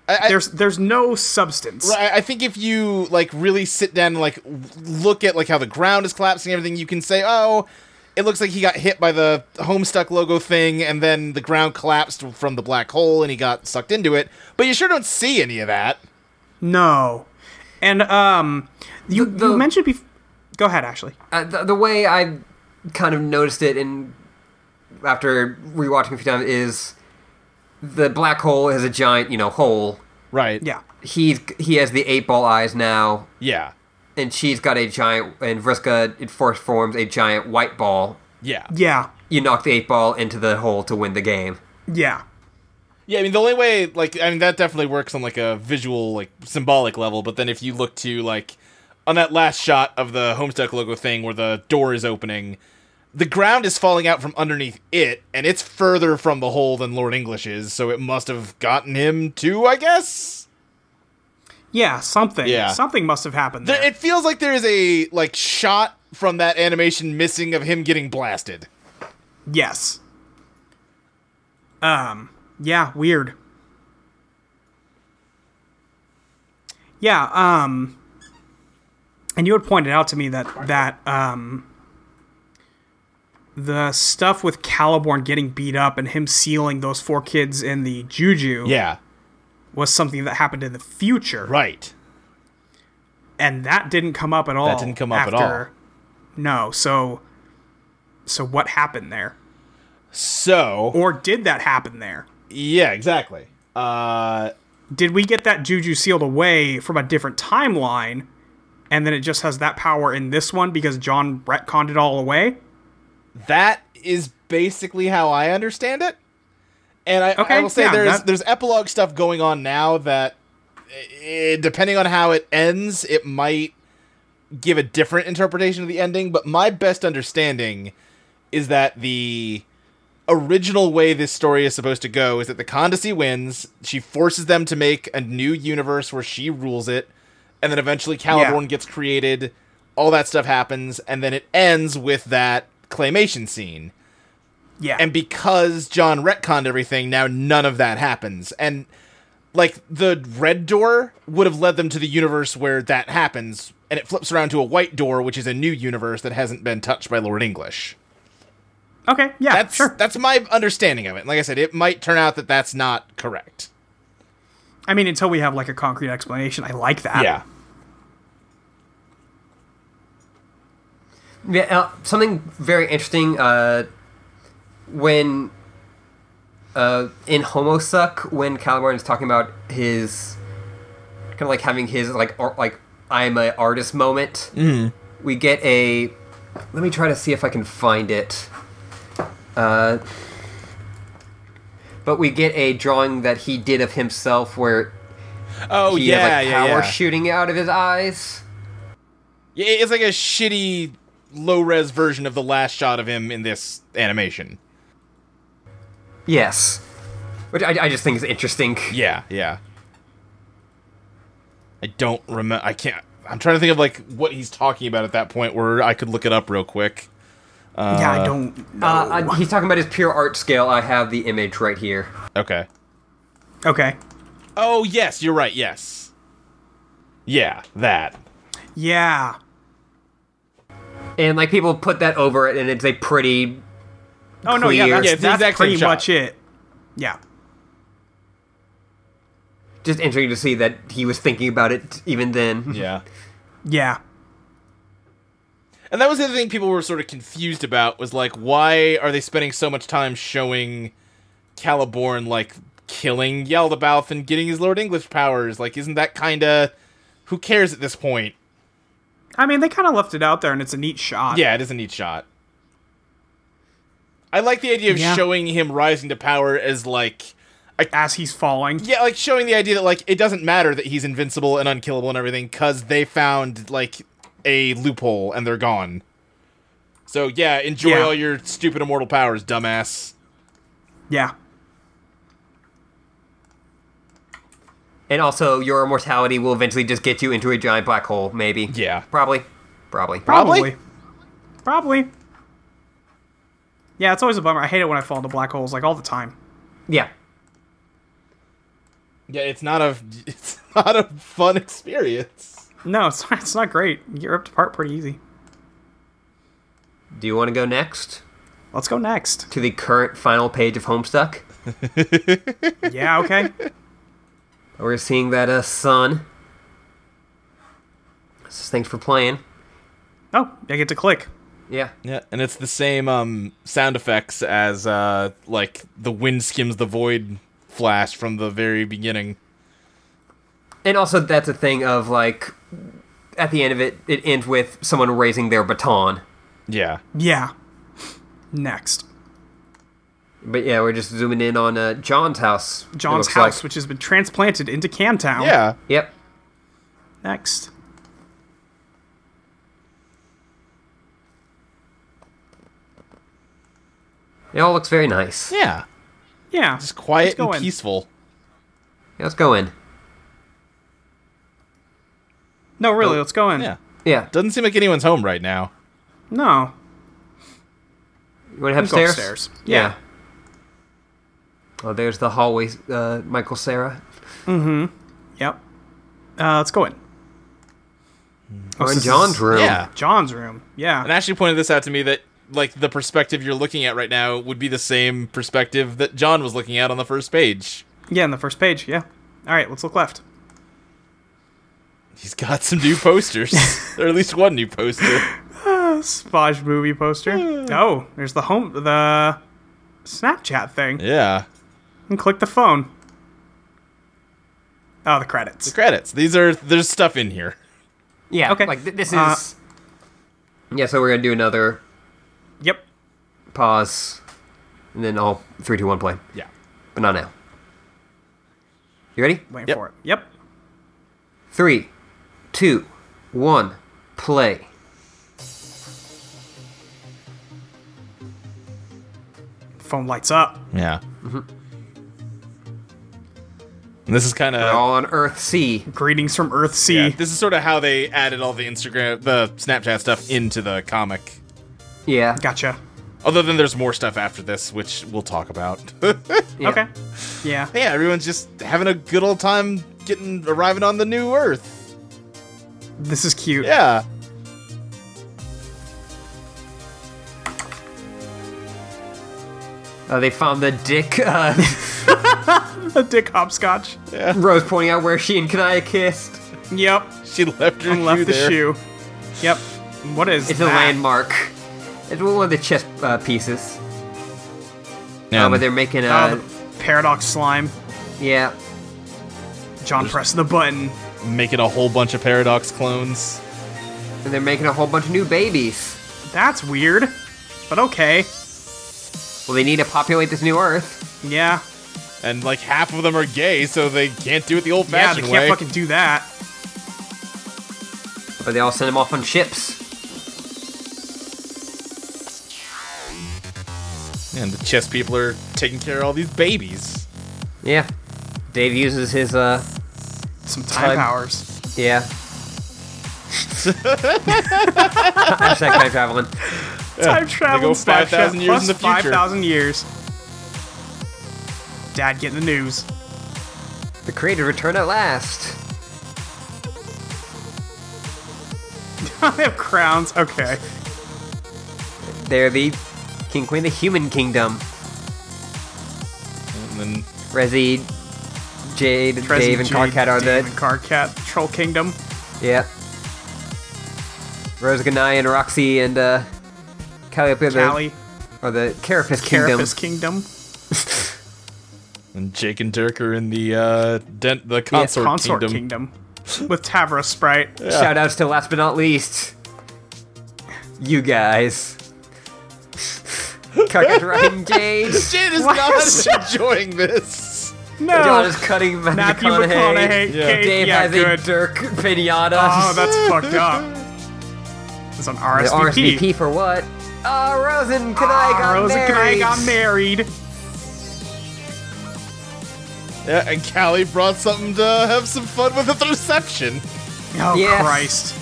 I, I, There's there's no substance. Right, I I think if you like really sit down and like w- look at like how the ground is collapsing and everything, you can say, "Oh, it looks like he got hit by the Homestuck logo thing, and then the ground collapsed from the black hole, and he got sucked into it." But you sure don't see any of that. No. And um you, The- the- you mentioned before Go ahead, Ashley. Uh, the, the way I kind of noticed it in after rewatching a few times is the black hole is a giant, you know, hole. Right. Yeah. He's he has the eight ball eyes now, Yeah. and she's got a giant. And Vriska in first forms a giant white ball. Yeah. Yeah. You knock the eight ball into the hole to win the game. Yeah. Yeah, I mean the only way like I mean that definitely works on like a visual like symbolic level, but then if you look to like on that last shot of the Homestuck logo thing where the door is opening, the ground is falling out from underneath it and it's further from the hole than Lord English is, so it must have gotten him too, I guess. Yeah, something. Yeah. Something must have happened There- there. It feels like there is a like shot from that animation missing of him getting blasted. yes. Um, yeah, weird. Yeah, um and you had pointed out to me that that um the stuff with Caliborn getting beat up and him sealing those four kids in the juju Yeah. was something that happened in the future. Right. and that didn't come up at all. didn't come up at all. No, so so what happened there, So or did that happen there? yeah, exactly. Uh Did we get that juju sealed away from a different timeline, and then it just has that power in this one because John retconned it all away? that is basically how I understand it. And I, I Okay, will say yeah, there's that- there's epilogue stuff going on now that eh, depending on how it ends, it might give a different interpretation of the ending, but my best understanding is that the original way this story is supposed to go is that the Condesi wins, she forces them to make a new universe where she rules it, and then eventually Caliborn gets created, all that stuff happens, and then it ends with that claymation scene. Yeah, And because John retconned everything, now none of that happens. And like the red door would have led them to the universe where that happens, and it flips around to a white door, which is a new universe that hasn't been touched by Lord English. okay, yeah, That's sure. that's my understanding of it. And like I said, it might turn out that that's not correct. I mean, until we have like a concrete explanation, I like that. Yeah, uh, something very interesting. Uh, when uh, in Homosuck, when Caliborn is talking about his kind of like having his like ar- like I'm a artist moment, Mm-hmm. we get a. Let me try to see if I can find it. Uh, but we get a drawing that he did of himself where Oh he yeah, had like yeah, power yeah. shooting out of his eyes. Yeah, It's like a shitty low res version of the last shot of him in this animation. Yes, which I, I just think is interesting. Yeah, yeah. I don't remember. I can't. I'm trying to think of like what he's talking about at that point, where I could look it up real quick. yeah, I don't. Know. Uh, uh, he's talking about his pure art scale. I have the image right here. Okay. okay. Oh yes, you're right. Yes. Yeah, that. Yeah. And like people put that over it, and it's a pretty. Oh no, yeah, Clear. that's, Yeah, it's the that's exact same pretty shot. much it. Yeah. Just interesting to see that he was thinking about it even then. Yeah. Yeah. And that was the other thing people were sort of confused about was like, why are they spending so much time showing Caliborn like killing Yaldabaoth and getting his Lord English powers? Like, isn't that kind of who cares at this point? I mean, they kind of left it out there, and it's a neat shot. Yeah, it is a neat shot. I like the idea of Yeah. showing him rising to power as like as he's falling. yeah, like showing the idea that like it doesn't matter that he's invincible and unkillable and everything cuz they found like a loophole and they're gone. So yeah, enjoy Yeah. all your stupid immortal powers, dumbass. Yeah. And also, your immortality will eventually just get you into a giant black hole, maybe. Yeah. Probably. Probably. Probably. Probably. Yeah, it's always a bummer. I hate it when I fall into black holes, like all the time. Yeah. Yeah, it's not a it's not a fun experience. No, it's not, it's not great. You get ripped apart pretty easy. Do you want to go next Let's go next. to the current final page of Homestuck? Yeah, okay. We're seeing that uh, sun. So thanks for playing. Oh, I get to click. Yeah. Yeah, and it's the same um sound effects as uh like the wind skims the void flash from the very beginning. And also, that's a thing of like, at the end of it, it ends with someone raising their baton. Yeah. Yeah. Next. But yeah, we're just zooming in on uh, John's house. it John's looks house, like. which has been transplanted into Camtown. Yeah. Yep. Next. It all looks very nice. Yeah, Yeah. Yeah. It's quiet go and in. peaceful. let's go in. No, really, let's go in. Oh, Yeah. Yeah. Doesn't seem like anyone's home right now. No. You want to head Let's go upstairs? upstairs. Yeah. Oh, there's the hallway, uh, Michael Sarah. Yep. Uh, let's go in. Oh, in this John's is- room. Yeah. John's room. Yeah. And Ashley pointed this out to me that like the perspective you're looking at right now would be the same perspective that John was looking at on the first page. Yeah, in the first page. Yeah. All right, let's look left. He's got some new posters, or at least one new poster. Spoj movie poster. Hmm. oh, there's the home, the Snapchat thing. Yeah. And click the phone. Oh, the credits. Credits. These are there's stuff in here. Yeah. Okay. Like th- this is. Uh, yeah. So we're gonna do another Yep. pause, and then all three, two, one, play. Yeah. But not now. You ready? Waiting Yep. for it. Yep. Three, two, one, play. Phone lights up. Yeah. Mm-hmm. And this is kind They're of all E. on Earth C. Greetings from Earth C. yeah, this is sort of how they added all the Instagram, the Snapchat stuff into the comic. Yeah. Gotcha. Other than there's more stuff after this, which we'll talk about. yeah. Okay. Yeah. yeah, everyone's just having a good old time getting arriving on the new Earth. This is cute. Yeah. Uh, they found the dick. Uh, A dick hopscotch. Rose pointing out where she and Kanaya kissed. Yep. She left her And left shoe the there. shoe. Yep. What is It's a that? landmark. It's one of the chess uh, pieces. Yeah. Uh, Um, but they're making a. Oh, the paradox slime. yeah. John pressing the button. making a whole bunch of paradox clones. And they're making a whole bunch of new babies. That's weird. But okay. Well, they need to populate this new Earth. Yeah. And like half of them are gay, so they can't do it the old Yeah, they fashioned can't way. fucking do that. But they all send them off on ships. and the chess people are taking care of all these babies. Yeah. Dave uses his, uh. Some time, Time. powers. Yeah. Hashtag time traveling. Time travel. go Snapchat 5,000 years plus in the future. 5,000 years. Dad getting the news. The creator returned at last. they have crowns. Okay. They're the King Queen, of the Human Kingdom. And then Rezi, Jade, Dave, and Jade, Carcat are Dave the and Carcat. Troll Kingdom. yeah. Rose Ganai and Roxy and uh, Calliope are the, Callie. are the Carapace Kingdom. Carapace Kingdom. and Jake and Dirk are in the uh den- the consort, Consort kingdom. Kingdom. With Tavra Sprite. Shout outs to last but not least, you guys. Carcat riding Jade. Jade is Why not is- enjoying this. No. John is cutting Matthew Matthew McConaughey. McConaughey. Yeah. Kate, Dave yeah, has good. a Dirk pinata. Oh, that's fucked up. It's an the RSVP. RSVP for what? Oh, Rose and Kanai got Rose and married. Ah, Kanai got married. Yeah, and Callie brought something to have some fun with at the reception. Oh Yes. Christ!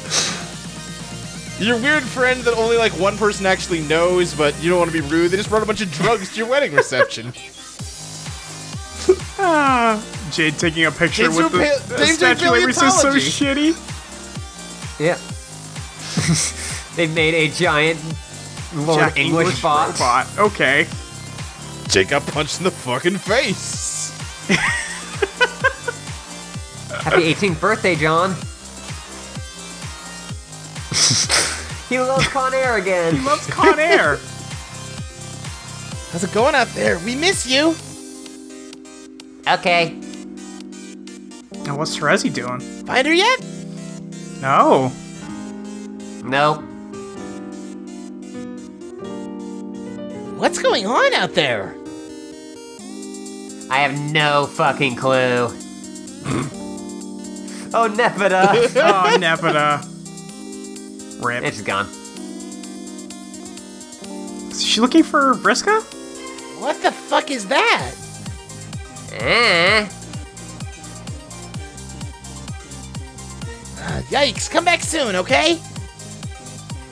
Your weird friend that only like one person actually knows, but you don't want to be rude. They just brought a bunch of drugs to your wedding reception. Ah, Jade taking a picture Dave's with the, doing the pale- Dave's doing statuary is so paleontology. shitty. Yeah. they made a giant Lord Jack Oh, English, bot. robot. Okay. Jake got punched in the fucking face. Happy 18th birthday, John. he loves Con Air again. Loves Con Air. How's it going out there? We miss you. Okay. now what's Terezi doing? Find her yet? No. No. What's going on out there? I have no fucking clue. oh, Nefida. Oh, Nepeta. Rip. it's gone. Is she looking for Briska? What the fuck is that? Eh. Yikes, come back soon, okay?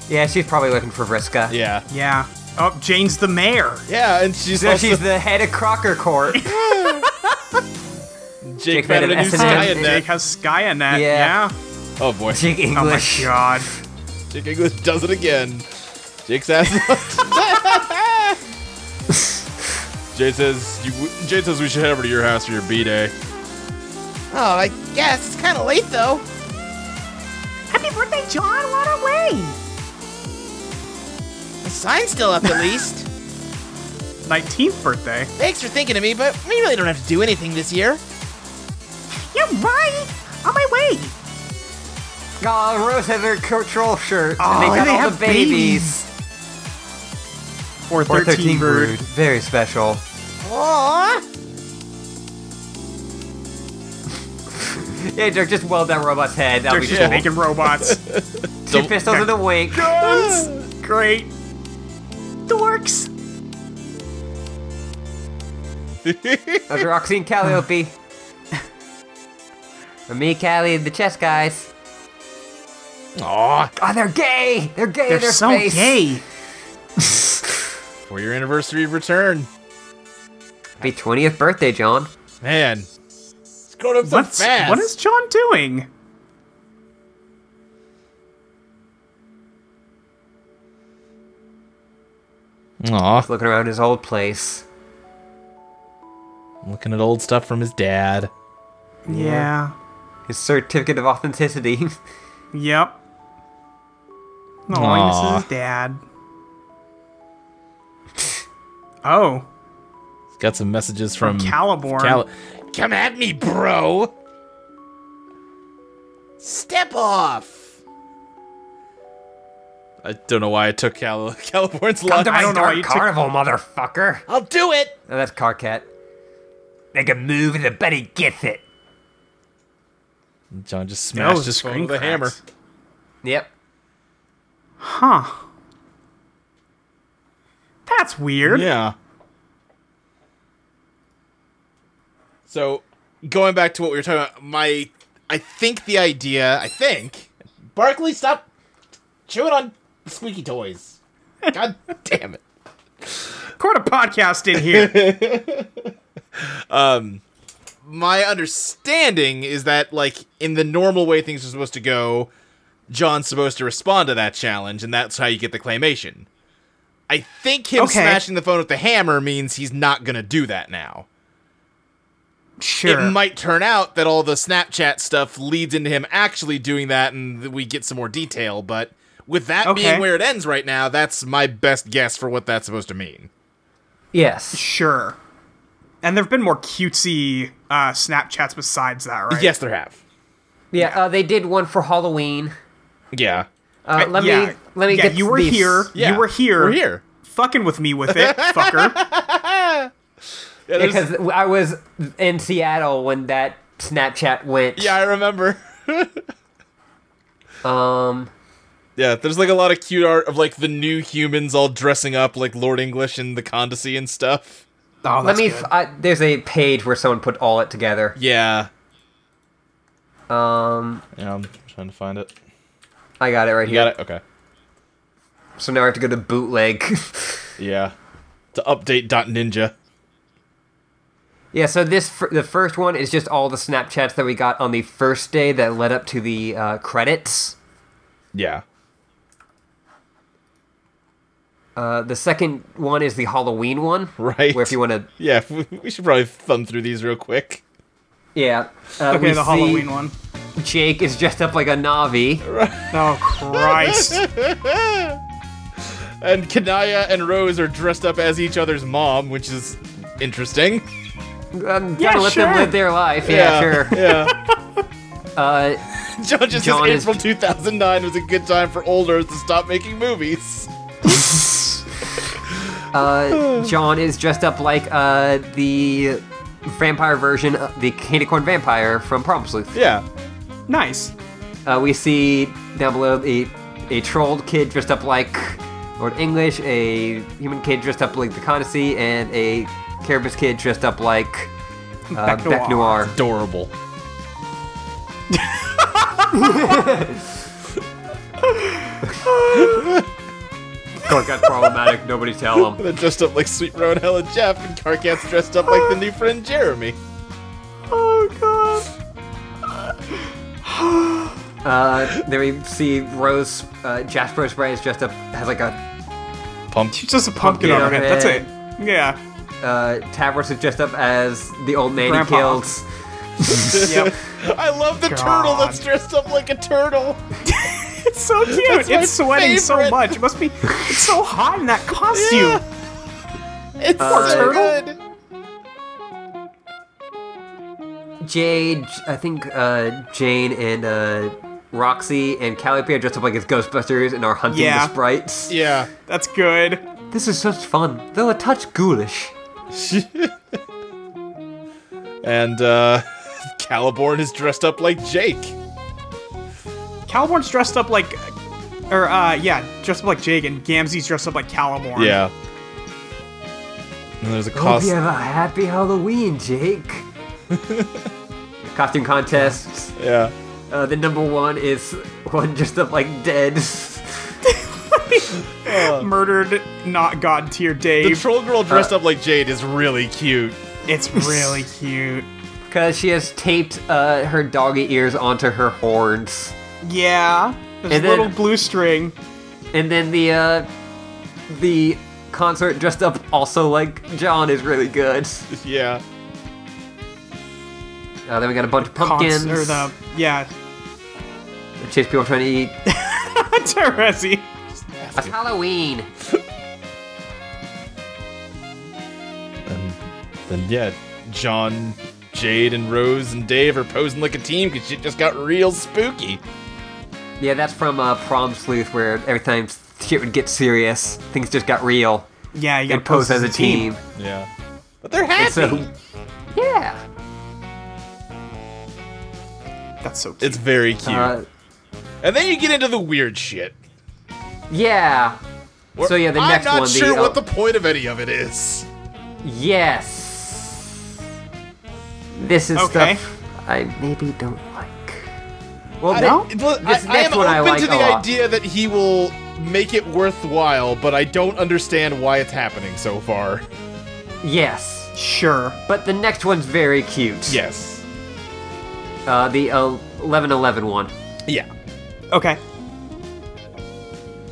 Yeah, she's probably looking for Vriska. Yeah. Yeah. Oh, Jane's the mayor. Yeah, and she's So also she's the head of Crocker Court. Jake Jake found a Van new Essen. sky in Jake that. has Sky in that. Yeah. Yeah. Oh boy, Jake Oh my English. god. Jake English does it again. Jake's ass. Jade says, you, Jade says we should head over to your house for your b day. Oh, I guess. It's kind of late, though. Happy birthday, John! What a way! The sign's still up, at least. 19th birthday. Thanks for thinking of me, but we really don't have to do anything this year. You're right! On my way! Aw, Rose has her control shirt. and Aw, Oh, they got they all have the babies. Or 13, Or 13 brood. brood. Very special. Aww. Yeah, Dirk, just weld that robot's head. That'll They're be just cool. making robots. Two pistols and a wink. Guns! Great. Dorks! Those are Roxy and Calliope. and me, Callie, and the chess guys. Aw, Oh, they're gay! They're gay They're in their so face. gay! for your anniversary of return, Happy 20th birthday, John. man. It's grown up so What's, fast. what is John doing? Aw, Looking around his old place. looking at old stuff from his dad. Yeah. His certificate of authenticity. Yep. Oh, he misses his dad. Oh, He's got some messages from Caliborn. Cal- Come at me, bro. Step off. I don't know why I took Cal- Caliborn's Come line. to I my don't know why dark you took- carnival, motherfucker. I'll do it. Oh, that's Carcat. Make a move and the buddy gets it. John just That smashed was his phone screen with a hammer. cracks. Yep. Huh. That's weird. Yeah. So, going back to what we were talking about, my I think the idea, I think, Barkley, stop chewing on squeaky toys. God damn it. Record a podcast in here. My understanding is that like in the normal way things are supposed to go, John's supposed to respond to that challenge and that's how you get the claymation. I think him Okay. smashing the phone with the hammer means he's not going to do that now. sure. it might turn out that all the Snapchat stuff leads into him actually doing that, and th- we get some more detail. But with that being Okay. where it ends right now, that's my best guess for what that's supposed to mean. Yes. sure. And there have been more cutesy uh, Snapchats besides that, right? Yes, there have. Yeah, uh, they did one for Halloween. Yeah, Uh, let yeah. me let me yeah, get you were these- here. yeah. You were here. We're here. Fucking with me with it, fucker. Yeah, there's- because I was in Seattle when that Snapchat went. yeah, I remember. Um. yeah, there's like a lot of cute art of like the new humans all dressing up like Lord English and the Condesi and stuff. Oh, Let that's me. good. F- I, there's a page where someone put all it together. Yeah. Um. Yeah, I'm trying to find it. I got it right You here. got it? Okay. So now I have to go to bootleg. Yeah. To update dot ninja. yeah. So this fir- the first one is just all the Snapchats that we got on the first day that led up to the uh, credits. Yeah. Uh, the second one is the Halloween one. Right. Where if you want to. Yeah, we should probably thumb through these real quick. Yeah. Uh, okay, we the see Halloween one. Jake is dressed up like a Navi. Oh Christ! And Kanaya and Rose are dressed up as each other's mom, which is interesting. I'm trying Yeah, to Um, let them sure. live their life. Yeah, sure. Yeah. Uh, John just John says is- April 2009 was a good time for old Earth to stop making movies. Uh, John is dressed up like uh, the vampire version, of the candy corn vampire from Problem Sleuth. Yeah. nice. Uh, we see down below a, a trolled kid dressed up like Lord English, a human kid dressed up like the Condesi, and a Caribous kid dressed up like uh, Beck Beck Noir. Noir. Adorable. Clark got problematic. Nobody tell him. They're dressed up like Sweet Rowan Hell and Jeff, and Carcat's dressed up like the new friend Jeremy. Oh god. Uh, then we see Rose, uh, Jasper Spray is dressed up, has like a, Pumped. It's just a pumpkin Pumpkin on her head. That's it. Yeah. uh, Tavros is dressed up as the old man he Grandpa. kills. Yep. I love the turtle that's dressed up like a turtle. It's so cute. my it's sweating so favorite. much. It must be. It's so hot in that costume. It's Uh, so turtle? good. Jade, I think, uh, Jane and, uh, Roxy and Calliope are dressed up like as Ghostbusters and are hunting Yeah. the sprites. Yeah. That's good. This is such fun, though a touch ghoulish. And uh Caliborn is dressed up like Jake. Caliborn's dressed up like, or uh, yeah, dressed up like Jake, and Gamzee's dressed up like Caliborn. Yeah. And there's a Hope cost. you have a happy Halloween, Jake. Costume contests. yeah. Uh, the number one is one just up like dead. Murdered, not god tier The Dave. troll girl dressed up like Jade is really cute. it's really cute. Because she has taped uh, her doggy ears onto her horns. Yeah. And There's a then- little blue string. And then the uh, the concert dressed up also like John is really good. Yeah. Uh, then we got a bunch of pumpkins. Cons- or the yeah. Chase people trying to eat. Terezi. It's Halloween. Then yeah, John, Jade, and Rose and Dave are posing like a team because shit just got real spooky. Yeah, that's from uh, Prom Sleuth, where every time shit would get serious, things just got real. Yeah, you They gotta posed as a team. Yeah. But they're happy. And so, yeah. That's so cute. It's very cute. Uh, and then you get into the weird shit. yeah. So yeah, the I'm next not one. sure the, what uh, the point of any of it is. yes. This is Okay. stuff I maybe don't like. Well, I, no. it- look, I- This I next am one open I like to a the lot. idea that he will make it worthwhile, but I don't understand why it's happening so far. yes, sure. but the next one's very cute. Yes. Uh, the eleven eleven one. Yeah. Okay.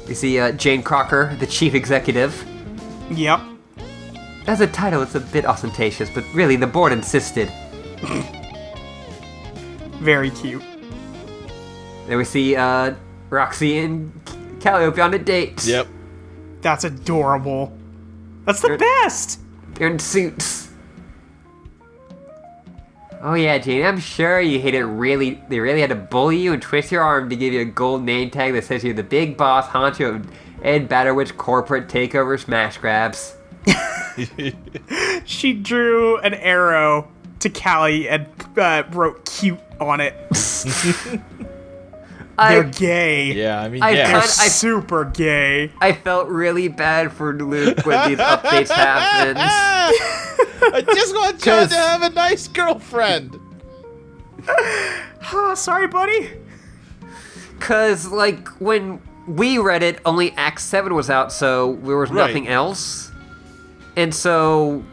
You see, uh, Jane Crocker, the chief executive. Yep. As a title, it's a bit ostentatious, but really, the board insisted. Very cute. Then we see uh, Roxy and Calliope on a date. Yep. That's adorable. That's the best. They're in suits. Oh yeah, Jane, I'm sure you hate it really they really had to bully you and twist your arm to give you a gold name tag that says you're the big boss honcho of Ed Batterwitch corporate takeover smash grabs. She drew an arrow to Callie and uh, wrote "cute" on it. I They're gay. Yeah, I mean, I yeah. They're kind- I- super gay. I felt really bad for Luke when these updates happened. I just want John to have a nice girlfriend. Ah, sorry, buddy. Cause like when we read it, only Act Seven was out, so there was Right. nothing else. And so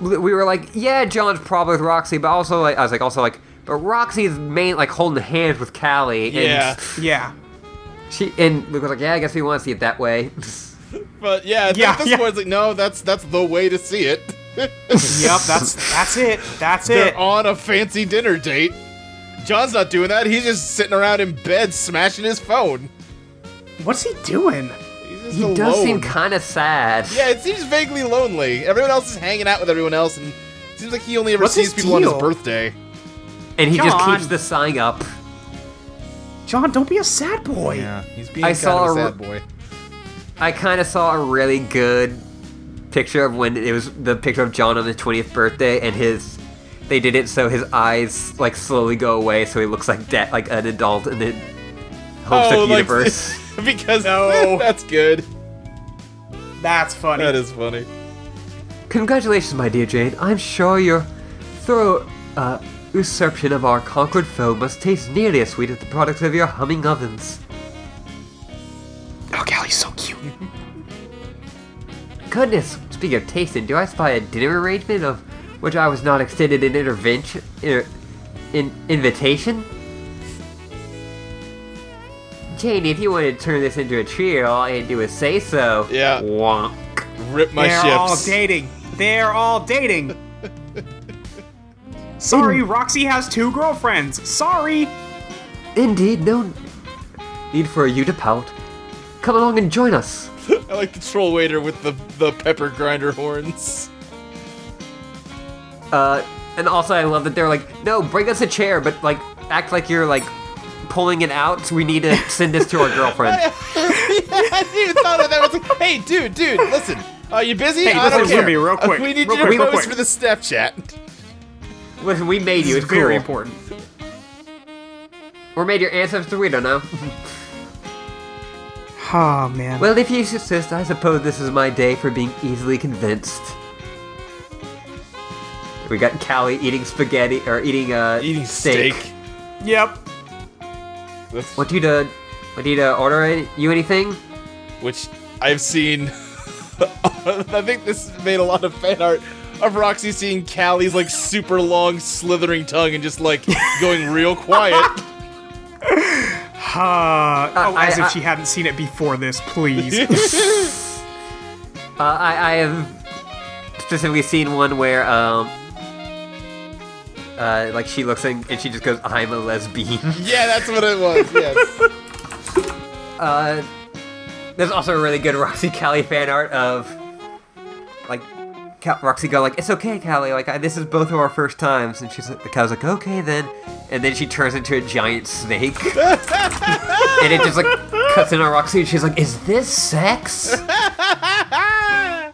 we we were like, yeah, John's probably with Roxy, but also like, I was like, also like, but Roxy's main like holding hands with Callie, and Yeah. Yeah. she and Luke was like, yeah, I guess we want to see it that way. But yeah, at Yeah, this yeah. point, it's like, no, that's that's the way to see it. Yep. That's that's it. That's it. They're on a fancy dinner date. John's not doing that. He's just sitting around in bed smashing his phone. What's he doing? He's just he alone. does seem kind of sad. Yeah, it seems vaguely lonely. Everyone else is hanging out with everyone else, and it seems like he only ever What's sees his people on deal? his birthday. and he just John. keeps the sign up. John, don't be a sad boy. he's being I kind saw of a a- sad boy. I kind of saw a really good picture of when it was the picture of John on his 20th birthday, and his they did it so his eyes like slowly go away, so he looks like that like an adult in the Homestuck universe. Oh, because No. that's good. That's funny. That is funny. Congratulations, my dear Jane. I'm sure your thorough uh, usurpation of our conquered foe must taste nearly as sweet as the products of your humming ovens. Oh, Callie's so cute. Goodness, speaking of tasting, do I spy a dinner arrangement of which I was not extended an intervention, inter, in, invitation? Janie, if you want to turn this into a trio and do a say so, Yeah. wonk. Rip my They're all ships. dating. They're all dating. Sorry, Roxy has two girlfriends. Sorry. Indeed, no need for you to pout. Come along and join us. I like the troll waiter with the the pepper grinder horns. Uh, and also, I love that they're like, no, bring us a chair, but like, act like you're like pulling it out. So we need to send this to our girlfriend. I didn't even thought of that. I was like, hey, dude, dude, listen. Are you busy? I listen don't to care. me real quick, We need real you to quick, real post quick. for the Snapchat. Listen, we made you. It's It's cool. very important. Or made your ancestors. We don't know. Oh man. well, if you insist, I suppose this is my day for being easily convinced. We got Callie eating spaghetti or eating uh Eating steak. steak. Yep. That's- What do you to? What do you to order? Any, you anything? which I've seen. I think this made a lot of fan art of Roxy seeing Callie's like super long slithering tongue and just like going real quiet. Uh, oh, I- as I- if she hadn't seen it before this, please. Uh, I, I have specifically seen one where, um, uh, like she looks in and she just goes, "I'm a lesbian." yeah, that's what it was. Yes. Uh, there's also a really good Roxy Callie fan art of, like, Cal- Roxy go like, "It's okay, Callie. Like, I, this is both of our first times." And she's like, the cow's like, "Okay then," and then she turns into a giant snake, and it just like cuts in on Roxy, and she's like, "Is this sex?" Uh,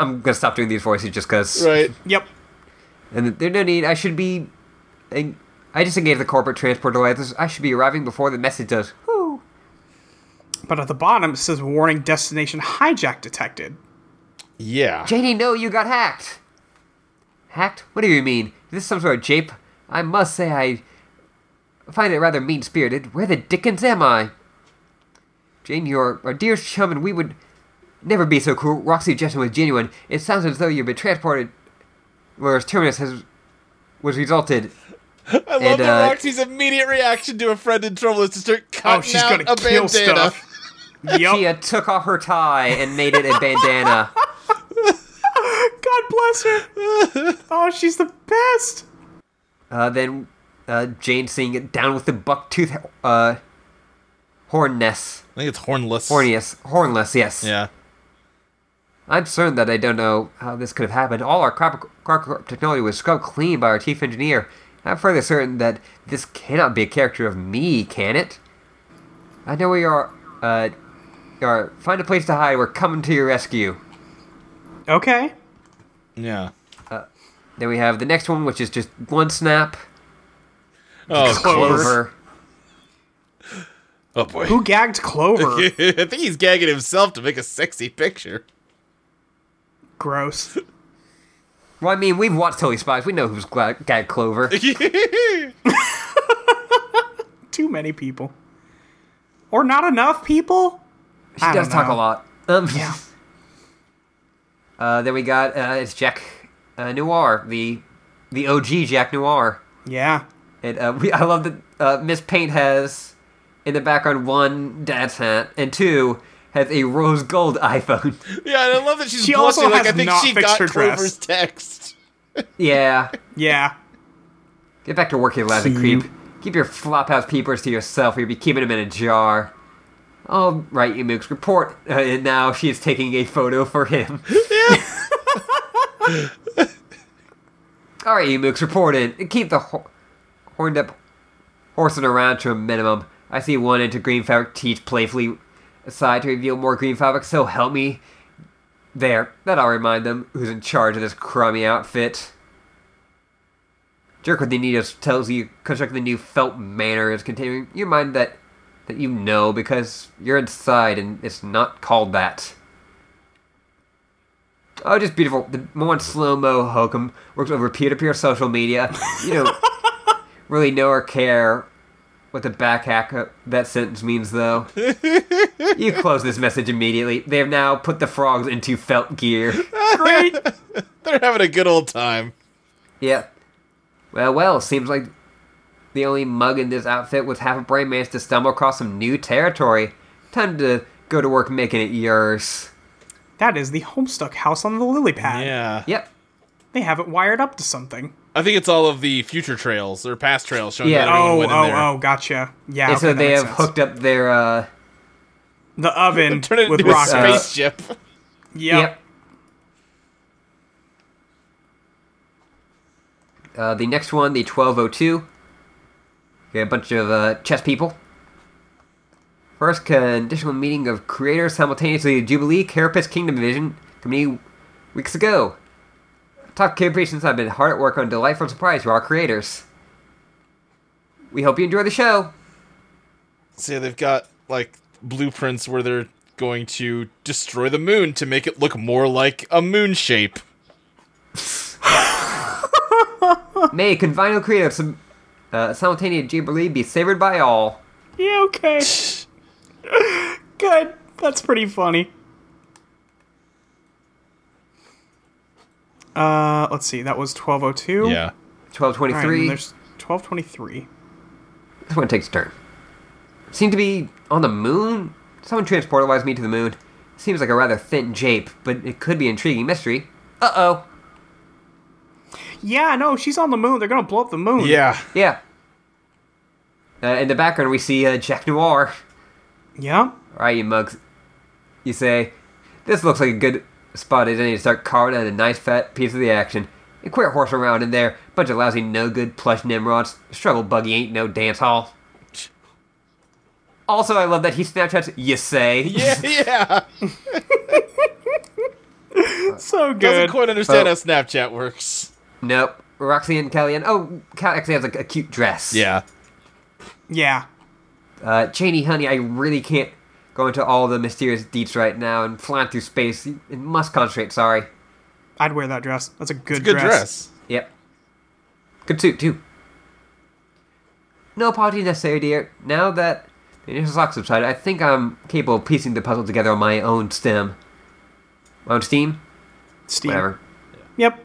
I'm gonna stop doing these voices just because. right. yep. And there's no need. I should be. I, I just engaged the corporate transport delay. This- I should be arriving before the message does. Whew. But at the bottom it says warning destination hijack detected. Yeah. Janie, no, you got hacked. Hacked? What do you mean? Is this some sort of jape? I must say, I find it rather mean spirited. Where the dickens am I? Jane, you're our dear chum, and we would never be so cruel. Roxy Jetson was genuine. It sounds as though you've been transported, whereas Terminus has was resulted. I love and, that uh, Roxy's immediate reaction to a friend in trouble is to start cutting Oh, she's out gonna a kill bandana. stuff. yep. Tia took off her tie and made it a bandana. God bless her. oh, she's the best. Uh, then uh, Jane singing "Down with the Bucktooth uh, Hornness, I think it's hornless. Hornius, Hornless." Yes. Yeah. I'm certain that I don't know how this could have happened. All our crop, crop, crop technology was scrubbed clean by our chief engineer. I'm fairly certain that this cannot be a character of me, can it? I know where you are. Uh, you are. Find a place to hide. We're coming to your rescue. Okay. Yeah. Then we have the next one, which is just one snap. Oh, Clover. Clover. Oh boy. Who gagged Clover? I think he's gagging himself to make a sexy picture. Gross. Well, I mean, we've watched Totally Spies. We know who's gla- got Clover. Too many people. Or not enough people? She I does don't talk a know. lot. Um, Yeah. Uh, then we got uh, it's Jack uh, Noir, the the OG Jack Noir, Yeah. and uh, we I love that uh, Miss Paint has in the background one dad's hat and two has a rose gold iPhone. Yeah, and I love that she's She blushing also like I has think not she fixed got her dress. Clover's text. yeah, Yeah. get back to work, you lousy creep. Keep your flophouse peepers to yourself. Or you'll be keeping them in a jar. All right, you mooks. Report. Uh, and now she is taking a photo for him. All right, you mooks, report in. Keep the ho- horned up horsing around to a minimum. I see one into green fabric teach playfully aside to reveal more green fabric, so help me. There, that'll remind them who's in charge of this crummy outfit. Jerk with the Needles tells you construct the new felt manor is continuing. You mind that that you know because you're inside and it's not called that. Oh, just beautiful. The one slow mo hokum works over peer to peer social media. You know, really know or care what the back hack of that sentence means, though. you close this message immediately. They have now put the frogs into felt gear. Great. They're having a good old time. Yeah. Well, well, seems like the only mug in this outfit with half a brain managed to stumble across some new territory. Time to go to work making it yours. That is the Homestuck house on the lily pad. Yeah. Yep. They have it wired up to something. I think it's all of the future trails or past trails showing Yeah. that everyone Oh, oh, went in there. oh, gotcha. Yeah. and so okay, that they makes have sense. hooked up their, uh, the oven Turn it with into a rockets. space- spaceship. yep. Yep. Uh, the next one, the 1202. Okay, a bunch of uh, chess people. First conditional meeting of creators simultaneously Jubilee, Carapace, Kingdom Vision, committee weeks ago. Top creations have been hard at work on delightful surprise for our creators. We hope you enjoy the show. So yeah, they've got like blueprints where they're going to destroy the moon to make it look more like a moon shape. May convivial creative sim- uh, simultaneous Jubilee be savored by all. Yeah, okay. Good. That's pretty funny. Uh, let's see. That was 1202. Yeah. 1223. there's 1223. This one takes a turn. Seem to be on the moon? Someone transportalized me to the moon. Seems like a rather thin jape, but it could be intriguing mystery. Uh oh. Yeah, no, she's on the moon. They're going to blow up the moon. Yeah. Yeah. Uh, in the background, we see uh, Jack Noir. Yeah. Alright, you mugs. You say, This looks like a good spot as any to start carving out a nice fat piece of the action. And quit horsing around in there. Bunch of lousy, no good plush Nimrods. Struggle buggy ain't no dance hall. Also, I love that he Snapchats, you say. Yeah. yeah. So Doesn't good. quite understand Oh. how Snapchat works. Nope. Roxy and Kellyanne. Oh, Cal actually has like a cute dress. Yeah. yeah. Uh, Cheney, honey, I really can't go into all the mysterious deets right now and flying through space. You you must concentrate. Sorry. I'd wear that dress. That's a good, Good dress. dress. Yep. Good suit too. No apology necessary, dear. Now that the initial shock subsided, I think I'm capable of piecing the puzzle together on my own stem. My own steam. Steve. Whatever. Yep.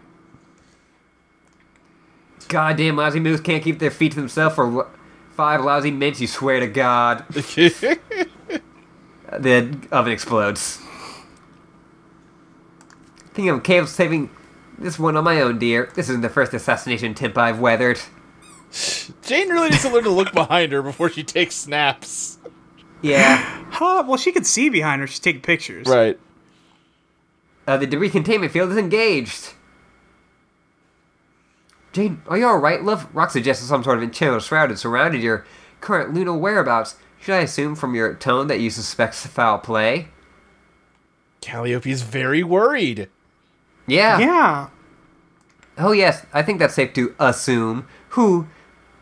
Goddamn lousy moose can't keep their feet to themselves for lo- five lousy minutes. You swear to God. the oven explodes. Think I'm capable of saving this one on my own, dear. This isn't the first assassination attempt I've weathered. Jane really needs to learn to look behind her before she takes snaps. Yeah. Huh, well, she could see behind her. She's taking pictures. Right. Uh, the debris containment field is engaged. Jane, are you alright, love? Rock suggested some sort of enchanted shroud had surrounded your current lunar whereabouts. Should I assume from your tone that you suspect foul play? Calliope's very worried. Yeah. Yeah. Oh yes, I think that's safe to assume. Who?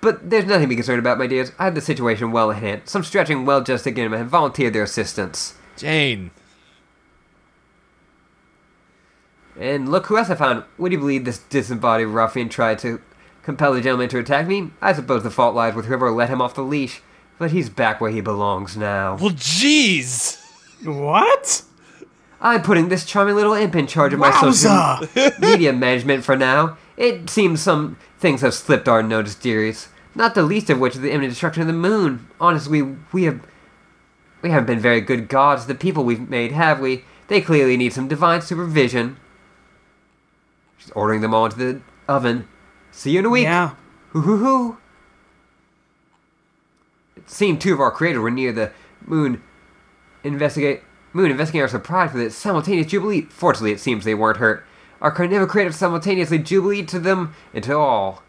But there's nothing to be concerned about, my dears. I have the situation well in hand. Some stretching well just again have volunteered their assistance. Jane. And look who else I found. Would you believe this disembodied ruffian tried to compel the gentleman to attack me? I suppose the fault lies with whoever let him off the leash. But he's back where he belongs now. Well, jeez. What? I'm putting this charming little imp in charge of my social Wowza. media management for now. It seems some things have slipped our notice, dearies. Not the least of which is the imminent destruction of the moon. Honestly, we have we haven't been very good gods. to The people we've made, have we? They clearly need some divine supervision. She's ordering them all into the oven. See you in a week. Yeah. Hoo hoo hoo. It seemed two of our creators were near the moon investigate moon investigating our surprise for the simultaneous jubilee. Fortunately it seems they weren't hurt. Our carnival creative simultaneously jubilee to them and to all.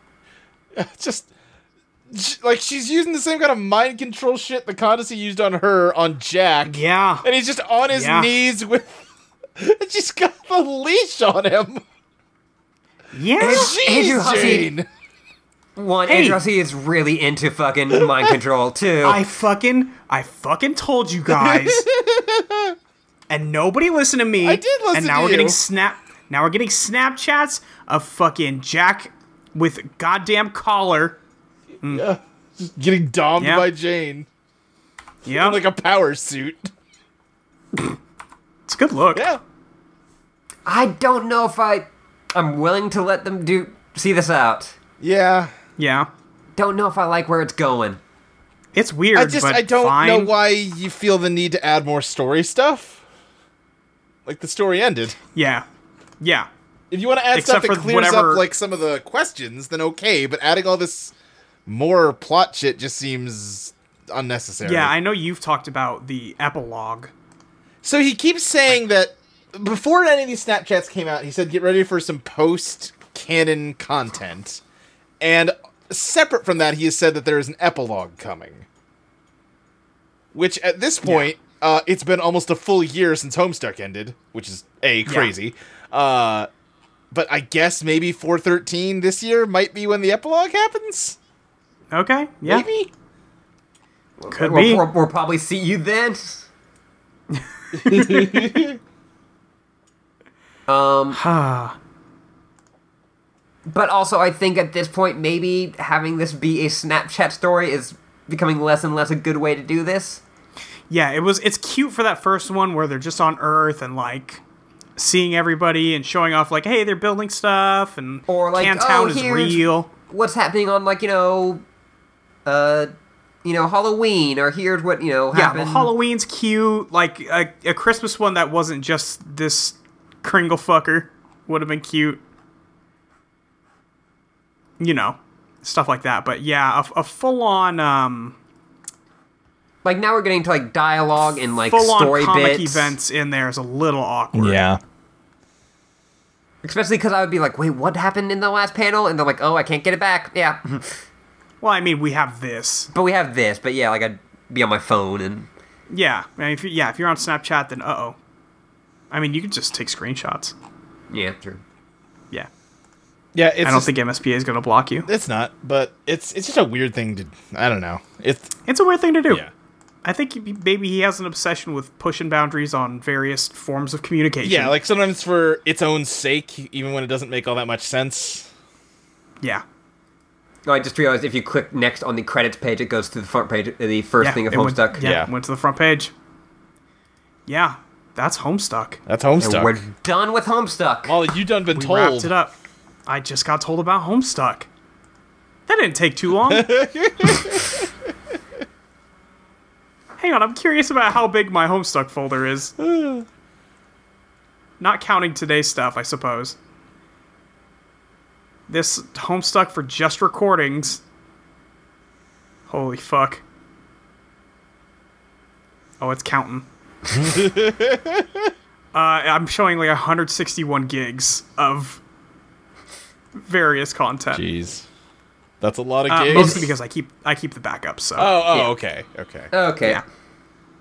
Just. sh- Like she's using the same kind of mind control shit the Condesi used on her on Jack. Yeah. and he's just on his Yeah. knees with and she's got the leash on him. Yeah. Andrew Jeez, Hussey. Jane. One, Hey! Androssi is really into fucking mind control too. I fucking I fucking told you guys. and nobody listened to me. I did listen And now to we're you. getting snap now we're getting Snapchats of fucking Jack with goddamn collar. Yeah. Just getting domed Yeah. by Jane. Yeah, Like a power suit. it's a good look. Yeah. I don't know if I. I'm willing to let them do see this out. Yeah. Yeah. Don't know if I like where it's going. It's weird, I just but I don't fine. know why you feel the need to add more story stuff. Like the story ended. Yeah. Yeah. If you want to add Except stuff that for clears whatever- up like some of the questions, then okay. But adding all this more plot shit just seems unnecessary. Yeah, I know you've talked about the epilogue. So he keeps saying that before any of these Snapchats came out, he said, get ready for some post canon content. And separate from that, he has said that there is an epilogue coming. Which at this point, uh, it's been almost a full year since Homestuck ended, which is A, crazy. Uh, but I guess maybe 413 this year might be when the epilogue happens? Okay? Yeah. Maybe? Could We'll, be. we'll, we'll probably see you then. um, Ah. but also, I think at this point, maybe having this be a Snapchat story is becoming less and less a good way to do this. yeah, it was it's cute for that first one where they're just on Earth and like seeing everybody and showing off like, hey, they're building stuff and Or, like, Cantown "Oh, is here's- real. What's happening on like you know, uh, you know Halloween, or here's what you know Yeah, well, happened. Halloween's cute. Like a, a Christmas one that wasn't just this Kringle fucker would have been cute. You know, stuff like that. But yeah, a, a full on um, Like now we're getting to like dialogue and like full on story comic bits, events in there is a little awkward. Yeah. especially because I would be like, wait, what happened in the last panel? And they're like, oh, I can't get it back. Yeah, Mm-hmm. Well, I mean, we have this. but we have this. But yeah, like I'd be on my phone and Yeah, I mean, if you, yeah, if you're on Snapchat, then uh oh. I mean, you could just take screenshots. yeah, true. Yeah, Yeah, it's I don't just- think MSPA is gonna block you. it's not, but it's it's just a weird thing to I don't know. It's It's a weird thing to do. yeah. I think he- maybe he has an obsession with pushing boundaries on various forms of communication. Yeah, like sometimes for its own sake, even when it doesn't make all that much sense. yeah, No, I just realized if you click next on the credits page, it goes to the front page, the first yeah. thing of it went- Homestuck. yeah, Yeah. went to the front page. Yeah, that's Homestuck. That's And Homestuck. We're done with Homestuck. Molly, you done been We told. wrapped it up. I just got told about Homestuck. That didn't take too long. Hang on, I'm curious about how big my Homestuck folder is. Not counting today's stuff, I suppose. This Homestuck for just recordings. Holy fuck. Oh, it's counting. Uh, I'm showing like 161 gigs of various content. Jeez. That's a lot of Uh, gigs. mostly because I keep I keep the backup. So oh, oh, okay, okay. okay. yeah,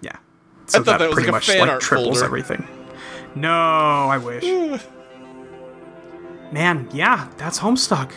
yeah. So thought that was pretty like a much fan like art triples folder. everything. No, I wish. Man, yeah, that's Homestuck.